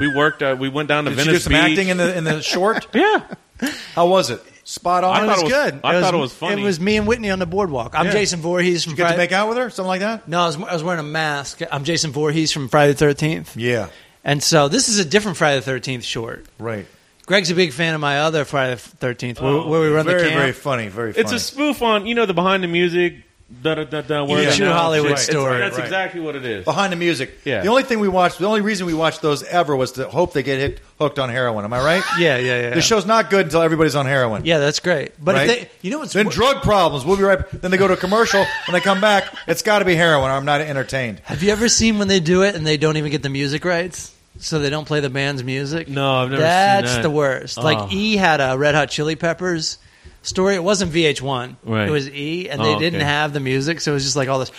We worked. Uh, we went down to
Did you do
Venice
some
Beach.
acting in the in the short?
yeah,
How was it? Spot on.
I
It
thought
was
it was-
good.
I thought it was funny.
It was me and Whitney on the boardwalk. I'm
Yeah.
Jason Voorhees from
you get to
Friday.
make out with her, something like that.
no, I was, I was wearing a mask. I'm Jason Voorhees from Friday the 13th.
Yeah,
And so this is a different Friday the 13th short.
right.
Greg's a big fan of my other Friday the 13th where,
Oh.
where we run
Very
the camp.
very funny. Very.
it's
funny.
a spoof on you know the behind the music. Da da da da. where
Yeah.
they
True
now and
Hollywood
shit. It's-
story.
That's
Right.
exactly what it is.
behind the music.
Yeah.
The only thing we watched, the only reason we watched those ever was to hope they get hit, hooked on heroin. Am I right?
yeah, yeah, yeah.
The show's not good until everybody's on heroin.
yeah, that's great. But
Right?
if they, you know what's
then
wor-
drug problems. We'll be right. back. Then they go to a commercial. When they come back, it's got to be heroin. Or I'm not entertained.
Have you ever seen when they do it and they don't even get the music rights? So they don't play the band's music?
No, I've never seen
That's
that.
the worst. Like
Oh.
E had a Red Hot Chili Peppers story. It wasn't VH1.
Right.
It was E and
Oh,
they
okay.
didn't have the music, so it was just like all this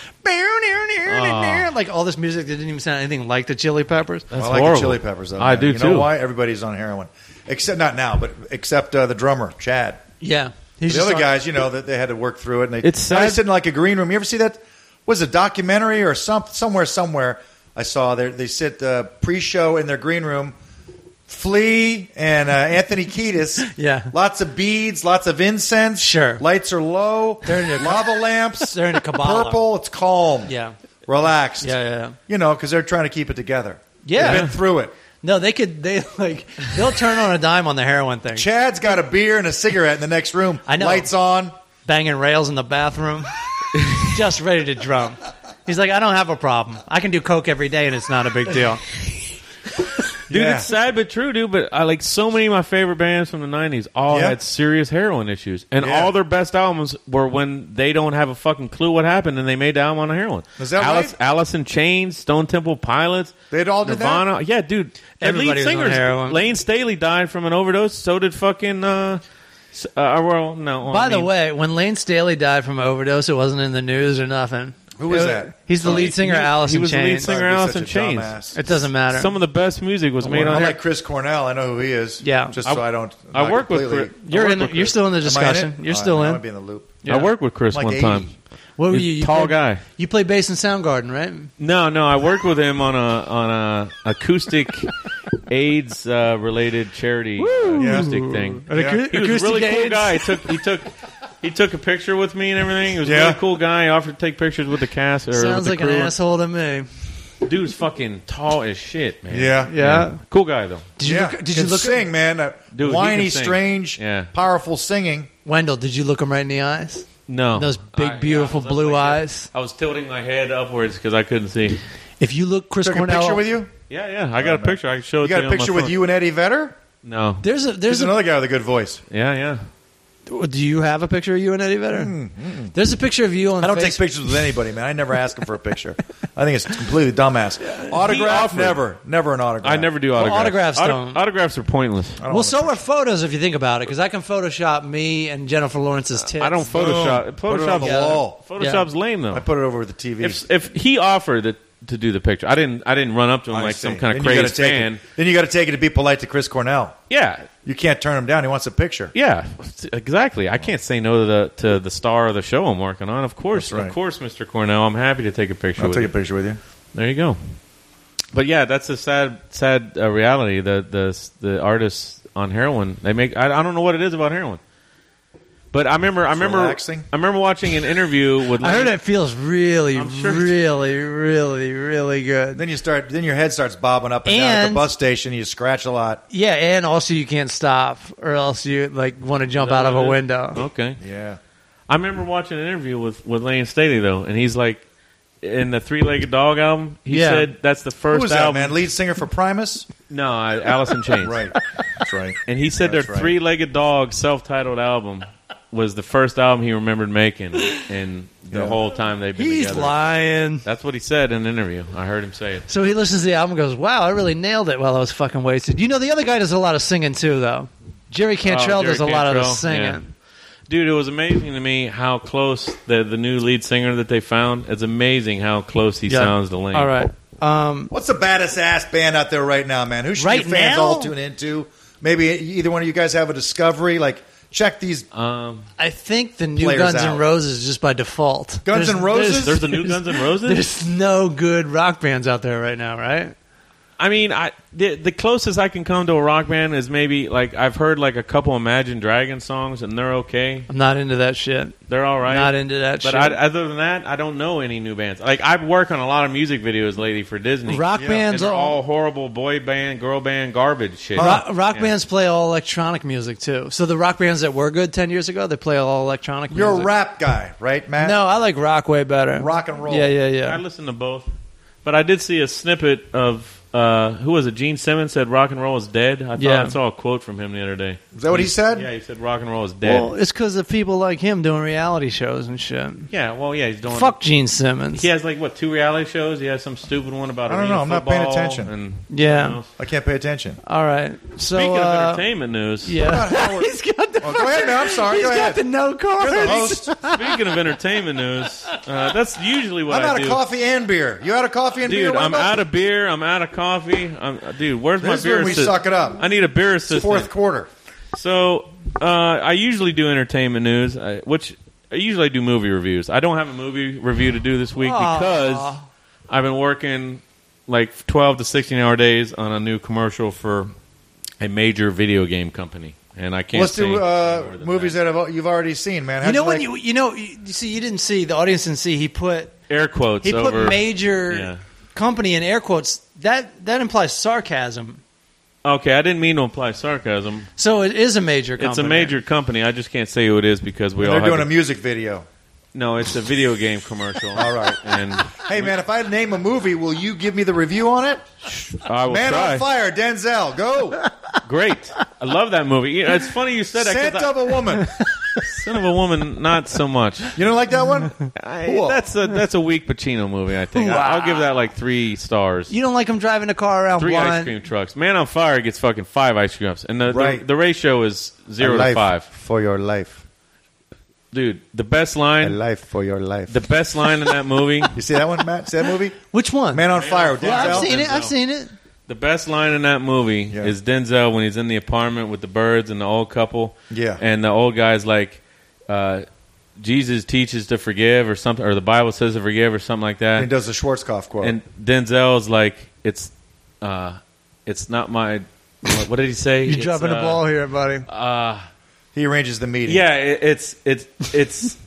like all this music that didn't even sound anything like the Chili Peppers.
Oh. That's
I like
horrible.
the Chili Peppers. Though,
I
man.
do
you
too.
Know why everybody's on heroin? Except not now, but except uh, the drummer Chad.
Yeah. He's
the
just
other
on-
guys, you know, that they had to work through it. And they,
It's
I
sad.
was sitting in like a green room. You ever see that? Was it a documentary or some somewhere somewhere? I saw they they sit uh, pre-show in their green room. Flea and uh, Anthony Kiedis.
Yeah.
lots of beads, lots of incense.
Sure.
lights are low.
They're in a-
lava lamps.
They're in a Kabbalah.
Purple. It's calm.
Yeah.
relaxed.
Yeah, yeah, yeah.
You know, because they're trying to keep it together.
Yeah.
They've been through it.
No, they could they like they'll turn on a dime on the heroin thing.
Chad's got a beer and a cigarette in the next room.
I know.
Lights on.
banging rails in the bathroom, just ready to drum. He's like, I don't have a problem. I can do coke every day, and it's not a big deal.
Dude,
Yeah.
it's sad but true, dude. But I like so many of my favorite bands from the '90s. All
Yeah.
had serious heroin issues, and
Yeah.
all their best albums were when they don't have a fucking clue what happened, and they made the album on heroin.
Is that
Alice,
right?
Alice in Chains, Stone Temple Pilots,
They'd all did that?
Nirvana. Yeah, dude. Their lead
Everybody was on
singers,
heroin.
Lane Staley died from an overdose. So did fucking. Uh, s- uh, well, no. well,
By
I
the
mean-
way, when Lane Staley died from overdose, it wasn't in the news or nothing.
Who was
It-
that?
He's the lead singer,
Oh, he-
Alice
he
in
was the lead
Chains.
singer.
I'd be
Alice
such a
in Chains.
dumbass.
It doesn't matter.
some of the best music was made
I
on.
like
her-
Chris Cornell. I know who he is.
Yeah.
just
I-
so I don't.
I work with.
completely-
Chris- I
you're
work
in.
with
you're
Chris.
still in the
Am I in
discussion.
it?
You're
All right,
still
I
in.
want to be in the loop.
Yeah.
I worked with Chris
Like
one
80.
time.
what were
He's
you?
a
you
tall
played-
guy.
You play bass in Soundgarden, right?
No, no, I worked with him on a on a acoustic AIDS uh, related charity uh,
Yeah.
acoustic thing.
An
Yeah.
acou-
He was a
acoustic
really cool
AIDS?
guy. He took he took he took a picture with me and everything. He was
Yeah.
a really cool guy. He offered to take pictures with the cast or with
Sounds
the
like an
crew.
asshole to me.
Dude's fucking tall as shit, man.
Yeah,
Yeah.
Cool guy though.
Did you
yeah.
look? Did you
Can
look?
Sing, man. Uh,
Dude, he
whiny,
can sing.
strange,
Yeah.
powerful singing.
Wendell, did you look him right in the eyes?
No.
Those big,
I-
beautiful
I was up
blue
like
eyes.
this. I was tilting my head upwards because I couldn't see.
If you look, Chris
Took a
Cornell.
picture with you.
Yeah, yeah. I got a
man.
picture. I can show
You
it to
got
you
a
on my
picture with
phone.
you and Eddie Vedder.
No.
There's a
There's
there's a
another guy with a good voice.
Yeah, yeah.
Well, Do you have a picture of you and Eddie Vedder? There's a picture of you on.
Mm-hmm. I don't take
Facebook.
pictures with anybody, man. I never ask him for a picture. I think it's completely dumbass. Autograph?
offered.
Never, never an autograph.
I never do autographs.
autographs
Auto-
don't.
autographs are pointless.
I don't
Well,
want
so are photos if you think about it, because I can Photoshop me and Jennifer Lawrence's tits.
Uh, I don't
to-
Photoshop.
Put it on the
Photoshop's,
wall.
Photoshop's lame though.
I put it over the TV.
if if he offered it to do the picture, I didn't. I didn't run up to him
I
like
see.
some kind of
Then you gotta
crazy
take it-
fan.
Then you got to take it to be polite to Chris Cornell.
Yeah,
You can't turn him down. He wants a picture.
yeah, exactly. I can't say no to the to the star of the show I'm working on. Of course,
That's right.
of course, Mr. Cornell, I'm happy to take a picture.
I'll
with
take
you.
a picture with you.
There you go. But yeah, that's a sad, sad uh, reality. The the the artists on heroin, they make. I, I don't know what it is about heroin. But I remember, I remember,
relaxing.
I remember watching an interview with.
I heard it feels really,
I'm sure it's-
really, really, really good.
Then you start. Then your head starts bobbing up and, down at the
And-
bus station. You scratch a lot.
Yeah, and also you can't stop, or else you like want to jump out of a window.
Okay.
Yeah.
I remember watching an interview with with Lane Staley though, and he's like, in the Three Legged Dog album, he
Yeah.
said that's the
Who
first
was that
album.
man? Lead singer for Primus.
No, I, Alice in Chains.
right. That's right.
And he said
That's
their
right.
Three Legged Dog self titled album was the first album he remembered making, and the
Yeah.
whole time they've been
He's
together.
lying.
That's what he said in an interview. I heard him say it.
So he listens to the album and goes, Wow, I really nailed it while I was fucking wasted. You know, the other guy does a lot of singing too, though. Jerry Cantrell
Oh, Jerry
does a lot of the
Cantrell,
singing.
yeah. Dude, it was amazing to me how close the the new lead singer that they found. It's amazing how close he
Yeah.
sounds to Lane.
All right. Um,
What's the baddest ass band out there right now, man? Who should
Right
your fans
now?
all tune into? Maybe either one of you guys have a discovery. Like, check these.
Um,
I think the new
Players
Guns
out.
N' Roses just by default.
Guns
There's-
N' Roses?
there's the new Guns N' Roses.
There's no good rock bands out there right now, right?
I mean, I the, the closest I can come to a rock band is maybe like I've heard like a couple Imagine Dragons songs and they're okay.
I'm not into that shit.
They're all right.
Not into that
but
shit.
I, other than that, I don't know any new bands. Like I work on a lot of music videos lately for Disney.
rock
Yeah.
and
bands
they're
are
all horrible boy band, girl band, garbage shit.
rock, rock
Yeah.
bands play all electronic music too. So the rock bands that were good ten years ago, they play all electronic.
You're a
music.
rap guy, right, Matt?
No, I like rock way better.
Rock and roll.
Yeah, yeah,
I
yeah.
listened to both, but I did see a snippet of uh, who was it? Gene Simmons said rock and roll is dead. I thought
Yeah.
I saw a quote from him the other day.
Is that what he said?
Yeah, he said rock and roll is dead.
Well, it's because of people like him doing reality shows and shit.
yeah, well, yeah, he's doing.
Fuck Gene Simmons.
He has like what two reality shows? He has some stupid one about.
I don't
arena
know. I'm not paying
football
attention.
And
Yeah.
something else.
I can't pay attention.
All right. So
Speaking
uh,
of entertainment news,
yeah,
Howard-
he's got the.
Oh, go ahead, man. I'm sorry.
he's
go
got
ahead.
the no cards.
You're the host.
speaking of entertainment news, uh, that's usually what
I'm
I
out
do.
of coffee and beer. You out of coffee and beer?
Dude,
What
I'm
about-
out of beer. I'm out of coffee. I'm, dude, where's my
This is
beer?
when we
assist-
suck it up.
I need a beer assistant.
Fourth quarter.
So uh, I usually do entertainment news, I, which I usually do movie reviews. I don't have a movie review to do this week
Aw.
because I've been working like twelve to sixteen hour days on a new commercial for a major video game company, and I can't.
Let's
say
do
more
uh,
than
movies
that.
that have, you've already seen, man.
You
How'd
know when
like-
you you know you you see you didn't see the audience didn't see he put
air quotes.
he
over,
put major
Yeah.
company in air quotes that that implies sarcasm.
Okay, I didn't mean to imply sarcasm.
So it is a major. company.
It's a major company. I just can't say who it is because we all
they're
have
doing
to-
a music video.
No, it's a video game commercial.
All right.
and
Hey, man, if I name a movie, will you give me the review on it?
I will
man
try.
on Fire, Denzel. Go.
Great, I love that movie. You know, It's funny you said that. 'cause
Scent
I-
of a Woman.
Son of a woman, not so much.
You don't like that one?
I,
Cool.
that's a that's a weak Pacino movie. I think I, will give that like three stars.
You don't like him driving a car around
Three ice
blind.
cream trucks. Man on Fire gets fucking five ice cream trucks, and the, the
Right.
the ratio is zero to five.
for your life.
Dude, the best line,
life for your life.
the best line in that movie,
you see that one, Matt? See that movie?
Which one?
Man on Fire.
well,
Denzel.
I've seen it. I've
Denzel.
seen it.
the best line in that movie
Yeah.
is Denzel when he's in the apartment with the birds and the old couple.
Yeah.
and the old guy's like, uh, Jesus teaches to forgive or something, or the Bible says to forgive or something like that.
And he does the Schwarzkopf quote.
And Denzel's like, it's, uh, it's not my. What, what did he say?
You're
It's,
dropping
uh,
a ball here, buddy.
Uh,
he arranges the meeting.
yeah, it, it's it's it's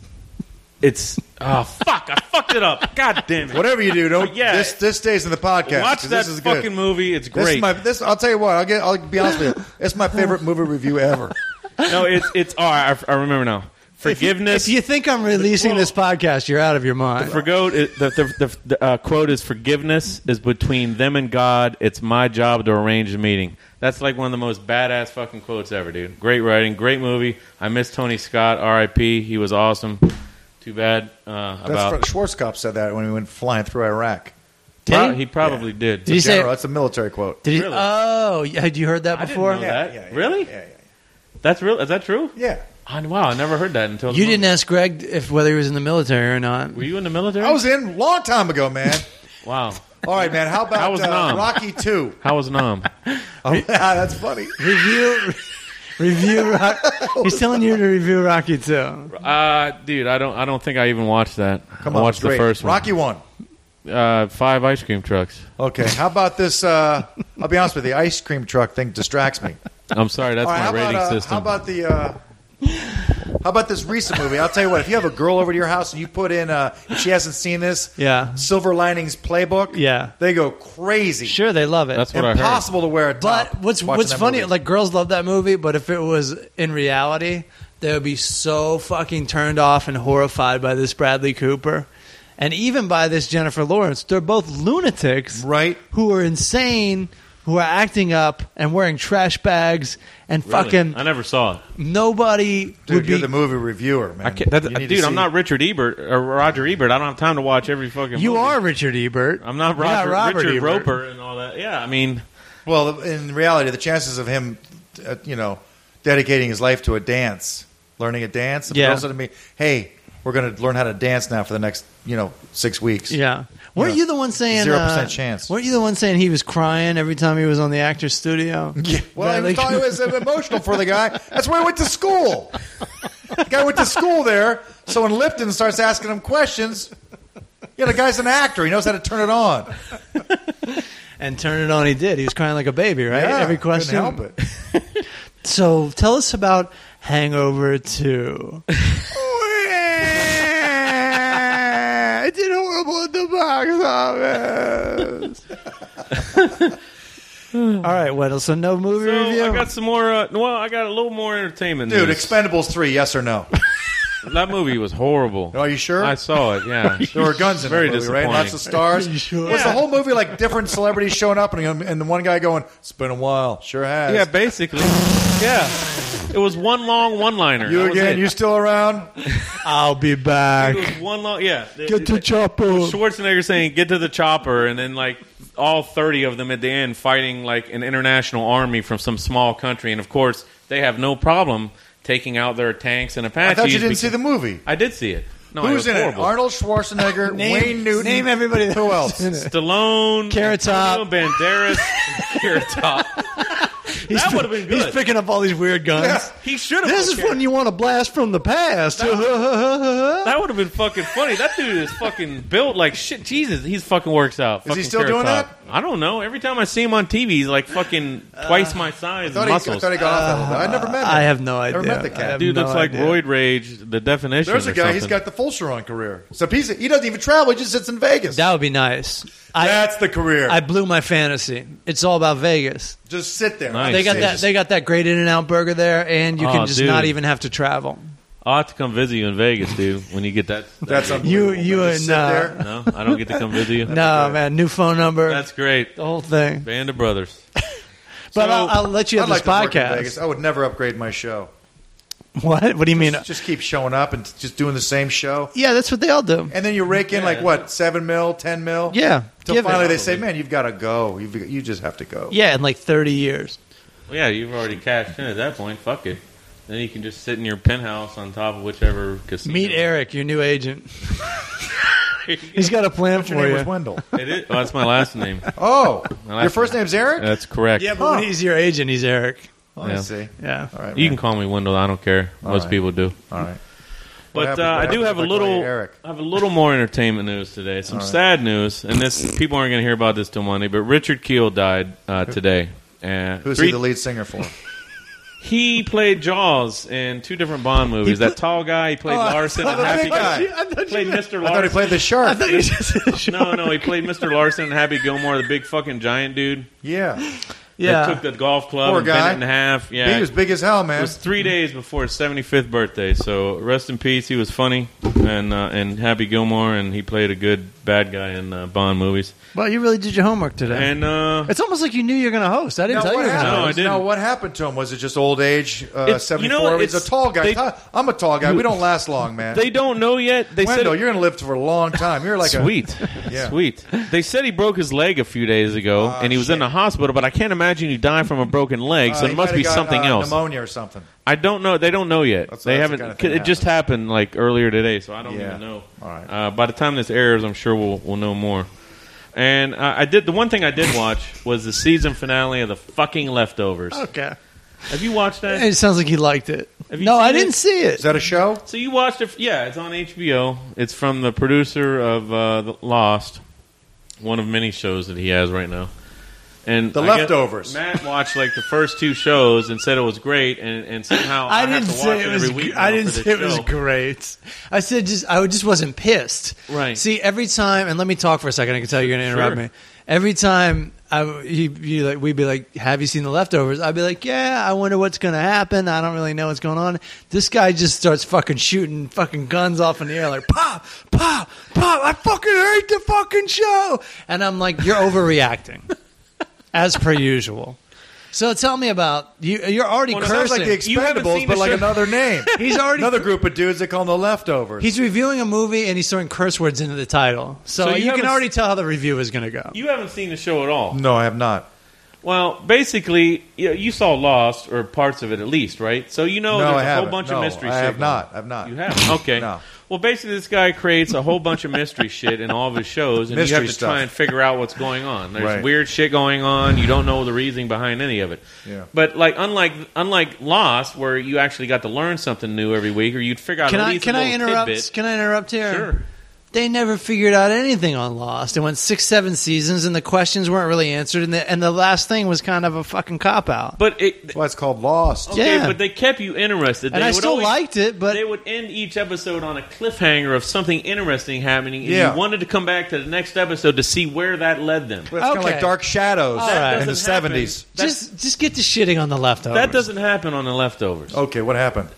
it's. Oh fuck! I fucked it up. God damn it!
Whatever you do, don't.
Yeah.
This this stays in the podcast.
Watch
'cause
that
this is good.
fucking movie. It's
This
great.
is my this. I'll tell you what. I'll get. I'll be honest with you. It's my favorite movie review ever.
no, it's it's. All right, I, I remember now. Forgiveness.
If you think I'm releasing this podcast, you're out of your mind.
Forgoat, it- the, the, the, the uh, quote is forgiveness is between them and God. It's my job to arrange the meeting. That's like one of the most badass fucking quotes ever, dude. Great writing, great movie. I miss Tony Scott, R.I.P. He was awesome. Too bad uh,
That's
about.
from, Schwarzkopf said that when we went flying through Iraq.
Pro-
Did he?
he probably did.
Did he
General,
say?
that's a military quote.
Did he,
Really?
Oh, yeah, had you heard that
I didn't
before?
know that. Really?
Yeah. yeah,
That's real. Is that true?
yeah.
I, wow, I never heard that until the
You
movie.
didn't ask Greg if whether he was in the military or not.
Were you in the military?
I was in long time ago, man.
Wow.
All right, man. How
I
about
was
uh,
numb.
Rocky Two?
How was Nam?
Oh, yeah, that's funny.
Review, review. Rock, he's telling you to review Rocky too.
uh, dude, I don't. I don't think I even watched that.
Come
I
on,
watched
great.
the first one.
Rocky One.
Uh, five ice cream trucks.
Okay. How about this? Uh, I'll be honest with you. The ice cream truck thing distracts me.
I'm sorry, that's
All right.
my
How
rating
about, uh,
system.
how about the? Uh, How about this recent movie? I'll tell you what. If you have a girl over to your house and you put in, uh, she hasn't seen this,
Yeah.
Silver Linings Playbook,
Yeah.
they go crazy.
Sure, they love it.
That's what I heard.
Impossible to wear a top.
But
What's
watching
what's
that
funny?
movie.
Like girls love that movie, but if it was in reality, they would be so fucking turned off and horrified by this Bradley Cooper, and even by this Jennifer Lawrence. They're both lunatics,
Right.
Who are insane, who are acting up and wearing trash bags, and
Really?
fucking
I never saw it.
nobody would
dude,
be.
you're the movie reviewer, man.
I can't, that,
You need to
dude, I'm
see-
not Richard Ebert or Roger Ebert. I don't have time to watch every fucking.
you
movie.
are Richard Ebert.
I'm not
You're
Roger,
Robert
Richard
Ebert.
Roper and all that. Yeah, I mean,
Well, in reality, the chances of him, uh, you know, dedicating his life to a dance, learning a dance, if
Yeah.
girl said to me, "Hey, we're going to learn how to dance now for the next, you know, six weeks."
Yeah. Weren't
Yeah.
you the one saying
Zero
uh,
percent chance.
Weren't you the one saying he was crying every time he was on the actor's studio?
Yeah. Well,
Bradley
I thought it was uh, emotional for the guy. That's where he went to school. the guy went to school there. So when Lipton starts asking him questions, yeah, the guy's an actor. He knows how to turn it on.
And turn it on, he did. He was crying like a baby, right?
Yeah,
Every question.
Couldn't help it.
So tell us about Hangover 2. I did horrible at the box office. All right, Weddle. So no movie
so
review.
I got some more. Uh, well, I got a little more entertainment.
Dude,
news.
Expendables 3, yes or no?
that movie was horrible.
Are you sure?
I saw it. Yeah,
There were guns in
Very
the movie, right? Lots of stars.
sure?
Was the whole movie like different celebrities showing up and, and the one guy going, "It's been a while, sure has."
Yeah, basically. Yeah, it was one long one-liner.
you
That was
again?
it.
You still around?
I'll be
It
back.
was one long. Yeah,
Get to chopper.
Schwarzenegger saying "Get to the chopper," and then like all thirty of them at the end fighting like an international army from some small country, and of course they have no problem taking out their tanks and
I
Apaches.
thought you didn't
because-
see the movie.
I did see it. No,
Who's
it was
in
horrible.
it? Arnold Schwarzenegger, Wayne Newton.
Name everybody that
Who
was
else?
in it.
Stallone,
Carrot Top.
Antonio Banderas, Carrot Top. that would have been
He's
good.
picking up all these weird guns.
he should have.
This is when you want to blast from the past.
That would have been fucking funny. That dude is fucking built like shit. Jesus, he's fucking works out.
he
Fucking
still
Carrot
doing
Top. I don't know. Every time I see him on TV, he's like fucking twice my size.
Uh, I thought, he, I
muscles.
thought he got off that. I never met him.
Uh, I have no idea.
Never met the
I have
cat.
dude
no
looks like
idea.
roid rage. The definition.
There's
or
a guy. He's
something.
got the full Sharon career. So he's, he doesn't even travel. He just sits in Vegas.
That would be nice. I,
That's the career.
I blew my fantasy. It's all about Vegas.
just sit there.
Nice.
They got that.
Vegas.
They got that great In and Out burger there, and you
Oh,
can just
dude.
not even have to travel.
I'll have to come visit you in Vegas, dude. When you get that.
That's
You,
unbelievable.
you
man.
and
Just sit there.
uh,
no, I don't get to come visit you.
no man, new phone number,
That's great.
the whole thing.
Band of brothers.
But I'll, I'll let you have
I'd like
this
to work in
podcast.
Vegas. I would never upgrade my show.
What? What do you mean?
Just keep showing up and just doing the same show.
Yeah, that's what they all do.
And then you rake in like what seven mil, ten mil,
Yeah,
Till
give it.
finally they say, "Man, you've got to go. You've, you just have to go."
Yeah, in like thirty years.
Well, yeah, you've already cashed in at that point. Fuck it. Then you can just sit in your penthouse on top of whichever casino.
Meet Eric, your new agent. He's got a plan
Your
for
name was
you.
Wendell.
It is- well, that's my last name.
Oh,
last
your first name's Eric.
That's correct.
Yeah, but when
Huh.
he's your agent, he's Eric.
Oh, I
Yeah.
see.
Yeah.
All right,
You can
man.
call me Wendell. I don't care. Most
right.
people do.
All right. What
But
happens-
uh,
what
I do
happens
have a
if I call you
little,
Eric?
I have a little more entertainment news today. Some sad news, and this people aren't going to hear about this till Monday. But Richard Keel died uh, today. Uh,
Who's
three-
he the lead singer for?
he played Jaws in two different Bond movies. that tall guy, he
Oh,
played Larson. And Happy
guy.
Gilmore.
I thought
Played Mr. Larson.
I thought he played the shark.
you just
no, no, he played Mr. Larson and Happy Gilmore, the big fucking giant dude.
yeah,
that
yeah.
took the golf club
Poor
and bent
guy.
it in half. Yeah,
he was big as hell, man.
It was three days before his 75th birthday, so rest in peace. He was funny and uh, and Happy Gilmore, and he played a good bad guy in uh, Bond movies.
Well, you really did your homework today.
And uh,
it's almost like you knew you were going to host. I didn't
Now
tell you.
what,
you were gonna
No, I
happened?
didn't.
now what happened to him? Was it just old age? Uh,
It's- you know
Seventy-four.
what?
He's a
It's-
tall guy.
they-
I'm a tall guy. We don't last long, man.
they don't know yet. They
Wendell,
said
you're going to live for a long time. You're like
sweet,
Yeah. Ah,
sweet. They said he broke his leg a few days ago, and he was in the hospital. But I can't imagine you die from a broken leg,
a.
so
he
it must
might've
be
got,
something
uh,
else.
Pneumonia or something.
I don't know. They don't know yet.
That's-
they
that's the
haven't.
kind of
'cause
thing
it just happened like earlier today, so I don't
Yeah.
even know.
All right.
Uh, by the time this airs, I'm sure we'll we'll know more. And uh, I did the one thing I did watch was the season finale of the fucking Leftovers.
Okay.
Have you watched that?
It sounds like he liked it.
Have you
No,
seen
I
it?
didn't see
Is
it.
that a show?
So you watched it? Yeah, it's on HBO. It's from the producer of uh, the Lost, one of many shows that he has right now. And
The
I guess
leftovers.
Matt watched like the first two shows and said it was great, and, and somehow I,
I didn't
have to watch
say
it,
it was.
every week.
gr- I
now
didn't
for
say
this
it was
show.
great. I said just. I just wasn't pissed.
Right.
See, every time, and let me talk for a second. I can tell you're going to interrupt
Sure.
me. Every time, I you, you like we'd be like, "Have you seen the leftovers?" I'd be like, "Yeah, I wonder what's going to happen. I don't really know what's going on." This guy just starts fucking shooting fucking guns off in the air, like pop, pop, pop. I fucking hate the fucking show, and I'm like, "You're overreacting, as per usual." So tell me about you. You're already
Well, it
cursing.
Sounds like the
You haven't
Expendables,
seen
but
the
like
show.
another name.
He's already
another group of dudes that call them the leftovers.
He's reviewing a movie and he's throwing curse words into the title.
So
So,
you
you, can
haven't-
already tell how the review is going to go.
You haven't seen the show at all.
no, I have not.
Well, basically, you, know, you saw Lost or parts of it at least, right? So you know
No,
there's a
I
whole
haven't.
bunch
No,
of mystery.
I
shit
have
going
not.
on.
I've not.
You have okay.
No.
Well, basically, this guy creates a whole bunch of mystery shit in all of his shows, and you
Mystery
have to try
stuff.
and figure out what's going on. There's
Right.
weird shit going on. You don't know the reasoning behind any of it.
Yeah.
But like, unlike unlike Lost, where you actually got to learn something new every week, or you'd figure out
Can
at
I
least
can
a
I
little
interrupt?
tidbit.
Can I interrupt here?
Sure.
They never figured out anything on Lost. It went six, seven seasons, and the questions weren't really answered. And the, and the last thing was kind of a fucking cop out.
But it.
Well, it's called Lost.
Okay,
Yeah.
but they kept you interested.
And
They
I
would
still
always-
liked it, but
they would end each episode on a cliffhanger of something interesting happening, and
Yeah.
you wanted to come back to the next episode to see where that led them.
But it's kind of
Okay. Oh,
like Dark Shadows
right.
in the
Doesn't happen.
seventies.
That-
just just get to shitting on the leftovers.
That doesn't happen on the leftovers.
Okay, what happened?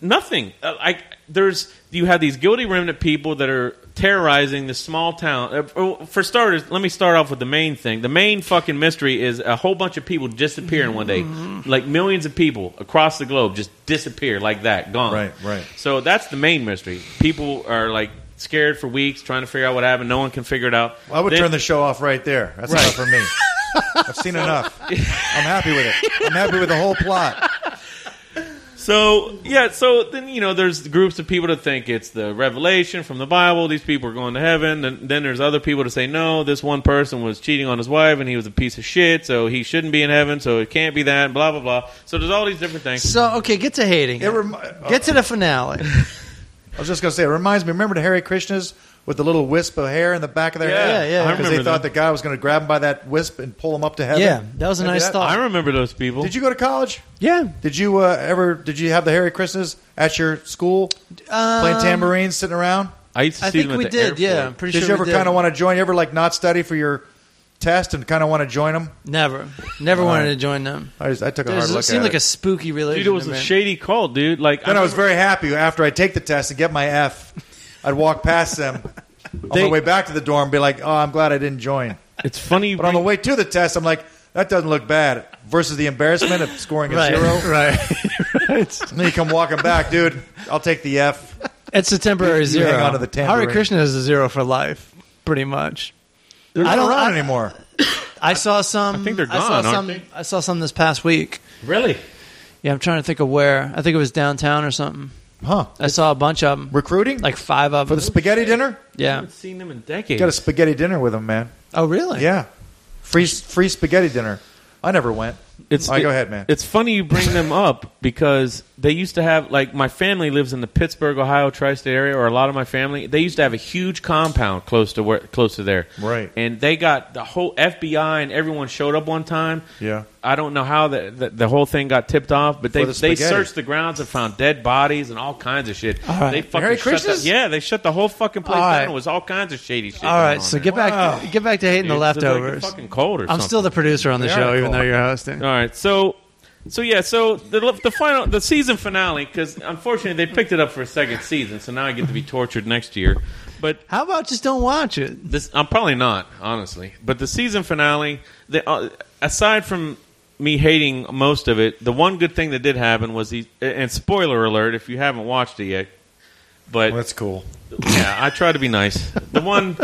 Nothing. Uh, I there's you have these guilty remnant people that are terrorizing this small town. Uh, for- For starters, let me start off with the main thing. The main fucking mystery is a whole bunch of people disappear in one day,
Mm-hmm.
like millions of people across the globe just disappear like that, gone.
Right, right.
So that's the main mystery. People are like scared for weeks trying to figure out what happened. No one can figure it out.
I would
Then-
turn the show off right there. That's
Right.
enough for me. I've seen enough. I'm happy with it. I'm happy with the whole plot.
So yeah, so then you know, there's groups of people that think it's the revelation from the Bible. These people are going to heaven, and then there's other people to say no. This one person was cheating on his wife, and he was a piece of shit, so he shouldn't be in heaven. So it can't be that. Blah blah blah. So there's all these different things.
So okay, get to hating.
It
it.
remi-
get to the finale.
I was just gonna say it reminds me. Remember the Hare Krishnas with the little wisp of hair in the back of their
Yeah,
head?
yeah, yeah. I
Because they
remember
thought
that.
the guy was gonna grab him by that wisp and pull him up to heaven.
Yeah, that was a
Remember
nice thought.
I remember those people.
Did you go to college?
yeah,
Did you uh, ever? Did you have the Hare Krishnas at your school
Um,
playing tambourines, sitting around?
I used to
I
see
think
them at
we
the
did.
airport.
Yeah, I'm pretty
Did
sure.
you
we
ever kind of want to join? You ever like not study for your test and kind of want to join them?
never, never
All
wanted
right.
to join them.
I, just, I took a
There's-
hard look
it seemed
at
like
it.
a spooky relationship.
Dude, it was a
man.
shady call, dude. Like
then I was
remember-
very happy after I take the test and get my F. I'd walk past them on
They-
the way back to the dorm, be like, "Oh, I'm glad I didn't join."
It's funny. you
But on the
bring-
way to the test, I'm like, "That doesn't look bad." Versus the embarrassment of scoring a
Right.
zero.
Right.
And then you come walking back, dude. I'll take the F.
It's a temporary
You- you
zero.
hang on to the
Hare
tambourine.
Krishna is a zero for life, pretty much.
They're
I
not
don't-
around
I-
anymore.
I saw some.
I think they're
saw
gone, aren't
some,
they?
I saw some this past week.
really.
Yeah, I'm trying to think of where. I think it was downtown or something.
Huh?
I saw a bunch of them,
Recruiting
like five of
for
them.
the spaghetti dinner?
I
yeah.
haven't seen them in decades.
Got a spaghetti dinner with him, man.
Oh, really?
Yeah, free free spaghetti dinner. I never went.
It's,
All right, go ahead, man.
It's funny you bring them up because they used to have like my family lives in the Pittsburgh, Ohio tri-state area, or a lot of my family. They used to have a huge compound close to where close to there,
Right.
And they got the whole FBI and everyone showed up one time.
Yeah.
I don't know how the the, the whole thing got tipped off, but they
the
they
spaghetti.
searched the grounds and found dead bodies and all kinds of shit.
All right.
They fucking
Merry
shut
Christmas?
The, yeah, they shut the whole fucking place
All
down.
right.
It was all kinds of shady shit.
All right, so get back, get back to hating
in
the leftovers.
fucking cold or
I'm
something.
still the producer on the
They are
show, even
cold.
though you're hosting.
All right, so so yeah, so the the final the season finale because unfortunately they picked it up for a second season, so now I get to be tortured next year. But
How about just don't watch it?
this I'm probably not honestly, but the season finale, the, uh, aside from me hating most of it, the one good thing that did happen was he. And spoiler alert, if you haven't watched it yet, but
Well, that's cool.
yeah, I try to be nice. The one,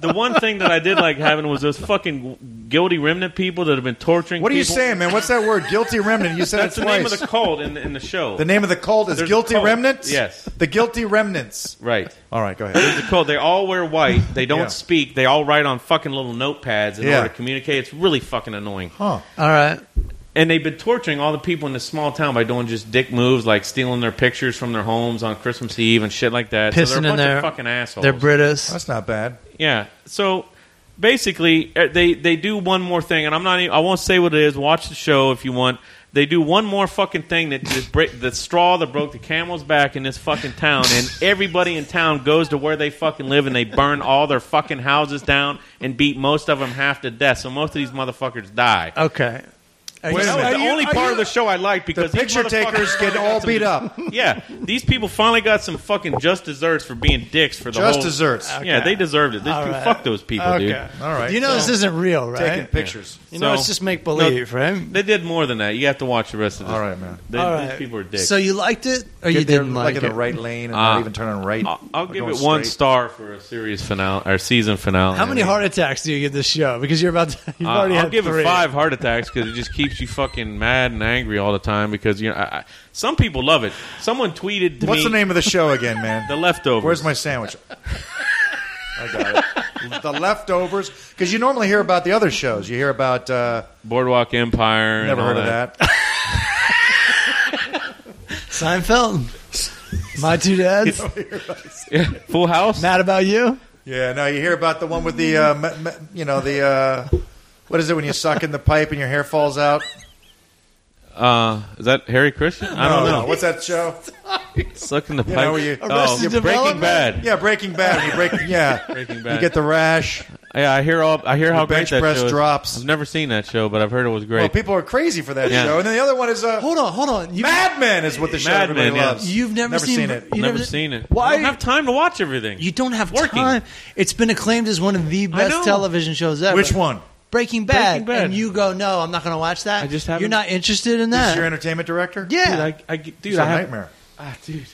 the one thing that I did like having was those fucking guilty remnant people that have been torturing.
What are you
people.
saying, man? What's that word? Guilty remnant. You said
That's
it
the
twice.
name of the cult in the, in the show.
The name of the cult is
There's a
Guilty
cult.
Remnants?
Yes.
The Guilty Remnants.
right.
All right, go ahead.
The cult. They all wear white. They don't
Yeah.
speak. They all write on fucking little notepads in
Yeah.
order to communicate. It's really fucking annoying.
Huh.
All right.
And they've been torturing all the people in this small town by doing just dick moves, like stealing their pictures from their homes on Christmas Eve and shit like that. so
Pissing
they're a
in
bunch
their
of fucking assholes.
They're British.
That's not bad.
yeah. So basically uh, they they do one more thing, and I'm not. Even, I won't say what it is. Watch the show if you want. They do one more fucking thing that just break the straw that broke the camel's back in this fucking town, and everybody in town goes to where they fucking live, and they burn all their fucking houses down and beat most of them half to death. So most of these motherfuckers die.
Okay. Are
Uh, Wait a
That
minute.
was
Are
the only part of the show I liked
The
because these
picture takers
motherfuckers
get
got
all
some-
beat up.
Yeah, these people finally got some fucking just desserts for being dicks for the
Just
whole
desserts.
Yeah, they deserved it. These
All
people,
right.
fuck those people, dude.
Okay.
All right.
You know this
So,
isn't real,
taking
right?
pictures.
You know,
So-
it's just make believe, right?
They did more than that. You have to watch the rest of this.
All right, man.
They,
All
These
right.
people are dicks.
So you liked it or you
Get there,
didn't
look
like,
in
it?
the right lane and
Ah.
not even turning right.
I'll, I'll
We're
give
going
it one
straight.
star for a series finale or season finale.
How many
Uh,
heart attacks do you give this show? Because you're about to, you've already
I'll
had
give
three.
it five heart attacks because it just keeps you fucking mad and angry all the time. Because you know, I, I, some people love it. Someone tweeted to
What's
me
the name of the show again, man?
the leftovers.
Where's my sandwich? I got it. The leftovers, because you normally hear about the other shows. You hear about uh,
Boardwalk Empire? and
never
all
heard of that.
Seinfeld. My two dads.
Yeah. Full House.
Mad about you?
yeah, no, you hear about the one with the uh, me- me- you know the uh, what is it when you suck in the pipe and your hair falls out?
Uh, is that Harry Christian? I don't
No,
know.
no, Oh, What's that show?
Sucking the pipe.
know, you-
oh,
Arrested
Breaking
Development?
Bad.
Yeah, Breaking Bad. You break, yeah,
Breaking Bad.
You get the rash.
Yeah, I hear all. I hear how great
bench
that
press
show is.
drops.
I've never seen that show, but I've heard it was
Well,
great.
people are crazy for that
Yeah.
show. And then the other one is uh,
Hold on, hold on. You,
Mad Men is what the show
Mad
everybody
Men, yeah.
loves.
You've never,
never seen, it.
you
never seen it.
Why
I don't have time to watch everything.
You don't have
Working.
time. It's been acclaimed as one of the
know.
best television shows ever.
Which one?
Breaking Bad.
Breaking Bad.
And you go, no, I'm not going to watch that.
I just
You're
haven't-
not interested in
This
that.
is your entertainment director?
yeah.
dude, I, I, dude,
It's
I
a
have,
nightmare.
Ah, dude.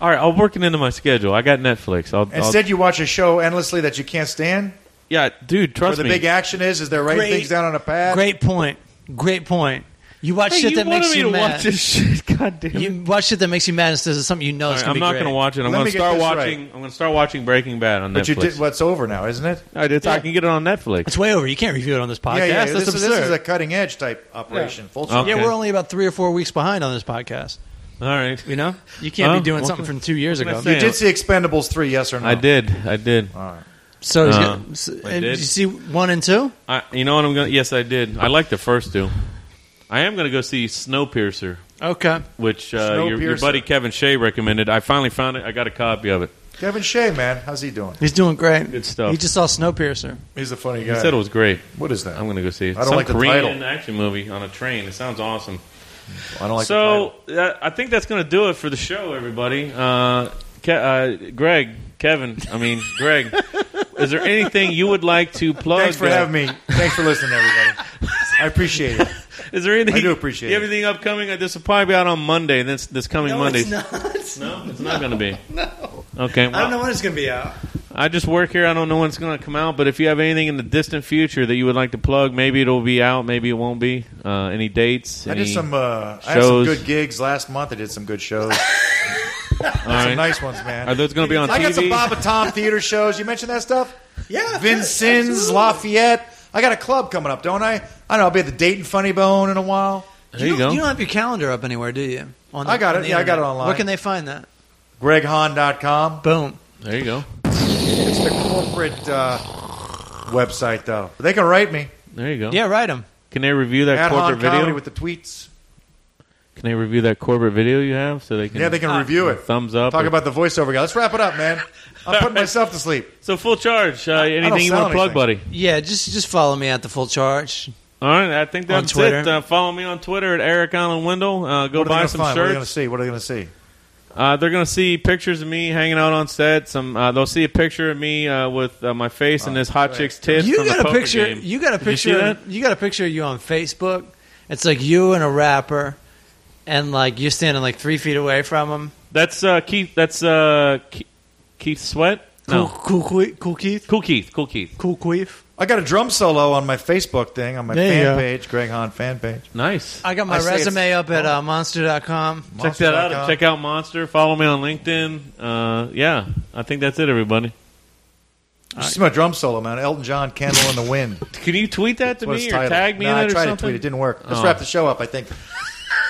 All right, I'll work it into my schedule. I got Netflix. I'll, I'll-
Instead, you watch a show endlessly that you can't stand.
yeah, dude,
Where
trust
the
me.
big action is, is they're writing
Great.
things down on a pad.
Great point. Great point. You watch
Hey,
shit
you
that
wanted
makes
me
you
to
mad.
watch this shit. God damn it.
You watch shit that makes you mad instead of something you know
All
is
right,
going
I'm
to be
not
great.
gonna watch it. I'm
Let
gonna
me get
start
this right.
watching. I'm gonna start watching Breaking Bad on
But
Netflix.
you did what's over now, isn't it?
I did. I can get it on Netflix.
It's way over. You can't review it on this podcast.
yeah, yeah.
That's
This, is,
absurd.
this is a cutting edge type operation. Full circle.
Okay.
Yeah, we're only about three or four weeks behind on this podcast.
All right.
You know, you can't
Oh,
be doing
what
something
can-
from two years
what can I
ago.
say?
You did see Expendables three, yes or no?
I did. I did.
All right.
So, he's
Uh,
got- s-
I
and
did.
you see one and two?
I, you know what I'm gonna? Yes, I did. I like the first two. I am gonna go see Snowpiercer,
Okay.
which uh, your, your
Snowpiercer.
buddy Kevin Shea recommended. I finally found it. I got a copy of it.
Kevin Shea, man, how's he doing?
He's doing great.
Good stuff.
He just saw Snowpiercer.
He's a funny
He
guy.
said it was great.
what is that?
I'm gonna go see it.
I don't
Some
like the
Korean
title.
action movie on a train. It sounds awesome.
I don't like.
so uh, I think that's going to do it for the show, everybody. Uh, Ke- uh, Greg, Kevin, I mean Greg, is there anything you would like to
the
plug?
title. Thanks for
uh,
having me. Thanks for listening, everybody. I appreciate it.
Is there anything
I do appreciate
you have
it.
Anything upcoming? Uh, This will probably be out on Monday. This this coming Monday. No, it's not going to be. Okay. Well, I,
when it's going to be out.
just work here. I don't know when it's going to come out. But if you have anything in the distant future that you would like to plug, maybe it'll be out. Maybe it won't be. Uh, any dates?
I did
Any-
some. Uh, I had some
shows?
good gigs last month. I did some good shows.
All right.
Some nice ones, man.
Are those going to be on
I
TV?
got some Baba Tom theater shows. You mentioned that stuff?
Yeah,
Vincennes, Lafayette. I got a club coming up, don't I? I don't know. I'll be at the Dayton Funny Bone in a while.
there you, go.
don't have your calendar up anywhere, do you? On
I got
on
it. Yeah, I got it
internet.
online.
Where can they find that?
GregHahn.com.
Boom.
There you go.
It's the corporate uh, website, though. But they can write me.
There you go.
Yeah, write them.
Can they review that
At Hahn
corporate
Comedy
video?
with the tweets.
Can they review that corporate video you have so they can? Ah.
Yeah, they can review it.
Thumbs up.
Talk
or-
about the voiceover guy. Let's wrap it up, man. I'm putting myself to sleep.
so full charge. Uh, anything you
sell
want to plug, buddy?
Yeah, just just follow me at the full charge.
All right, I think that's
Twitter.
it. Uh, follow me on Twitter at Eric Allen Wendell. Uh, go
What are they
buy
gonna
some
find? What are they going to
shirts.
see? What are they going to see?
uh, they're going to see pictures of me hanging out on set. Some uh, they'll see a picture of me uh, with uh, my face
Oh,
and this hot chick's tits.
you
from the
got a
poker
picture.
game.
You got a
Did see
picture.
that?
You, got a picture of you on Facebook. It's like you and a rapper, and like you're standing like three feet away from him.
That's uh, Keith. That's uh, Ke- Keith Sweat.
Cool,
No,
cool, cool, cool Keith,
cool Keith. Cool Keith.
cool Queef.
I got a drum solo on my Facebook thing, on my
There you go.
fan page, Greg Hahn fan page.
Nice.
I got
I
my
say it's-
resume up at uh, monster.com.
Check that out.
uh,
Monster.com.
and Check out Monster. Follow me on LinkedIn. Uh, yeah, I think that's it, everybody.
You see my drum solo, man. Elton John, "Candle in the Wind."
Can you tweet that to
What is
me or
titled?
tag me
Nah,
in
I
it or
tried
something?
to tweet. It didn't work. Let's
Oh.
wrap the show up. I think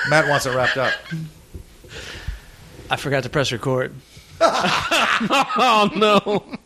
Matt wants it wrapped up.
I forgot to press record.
Oh no.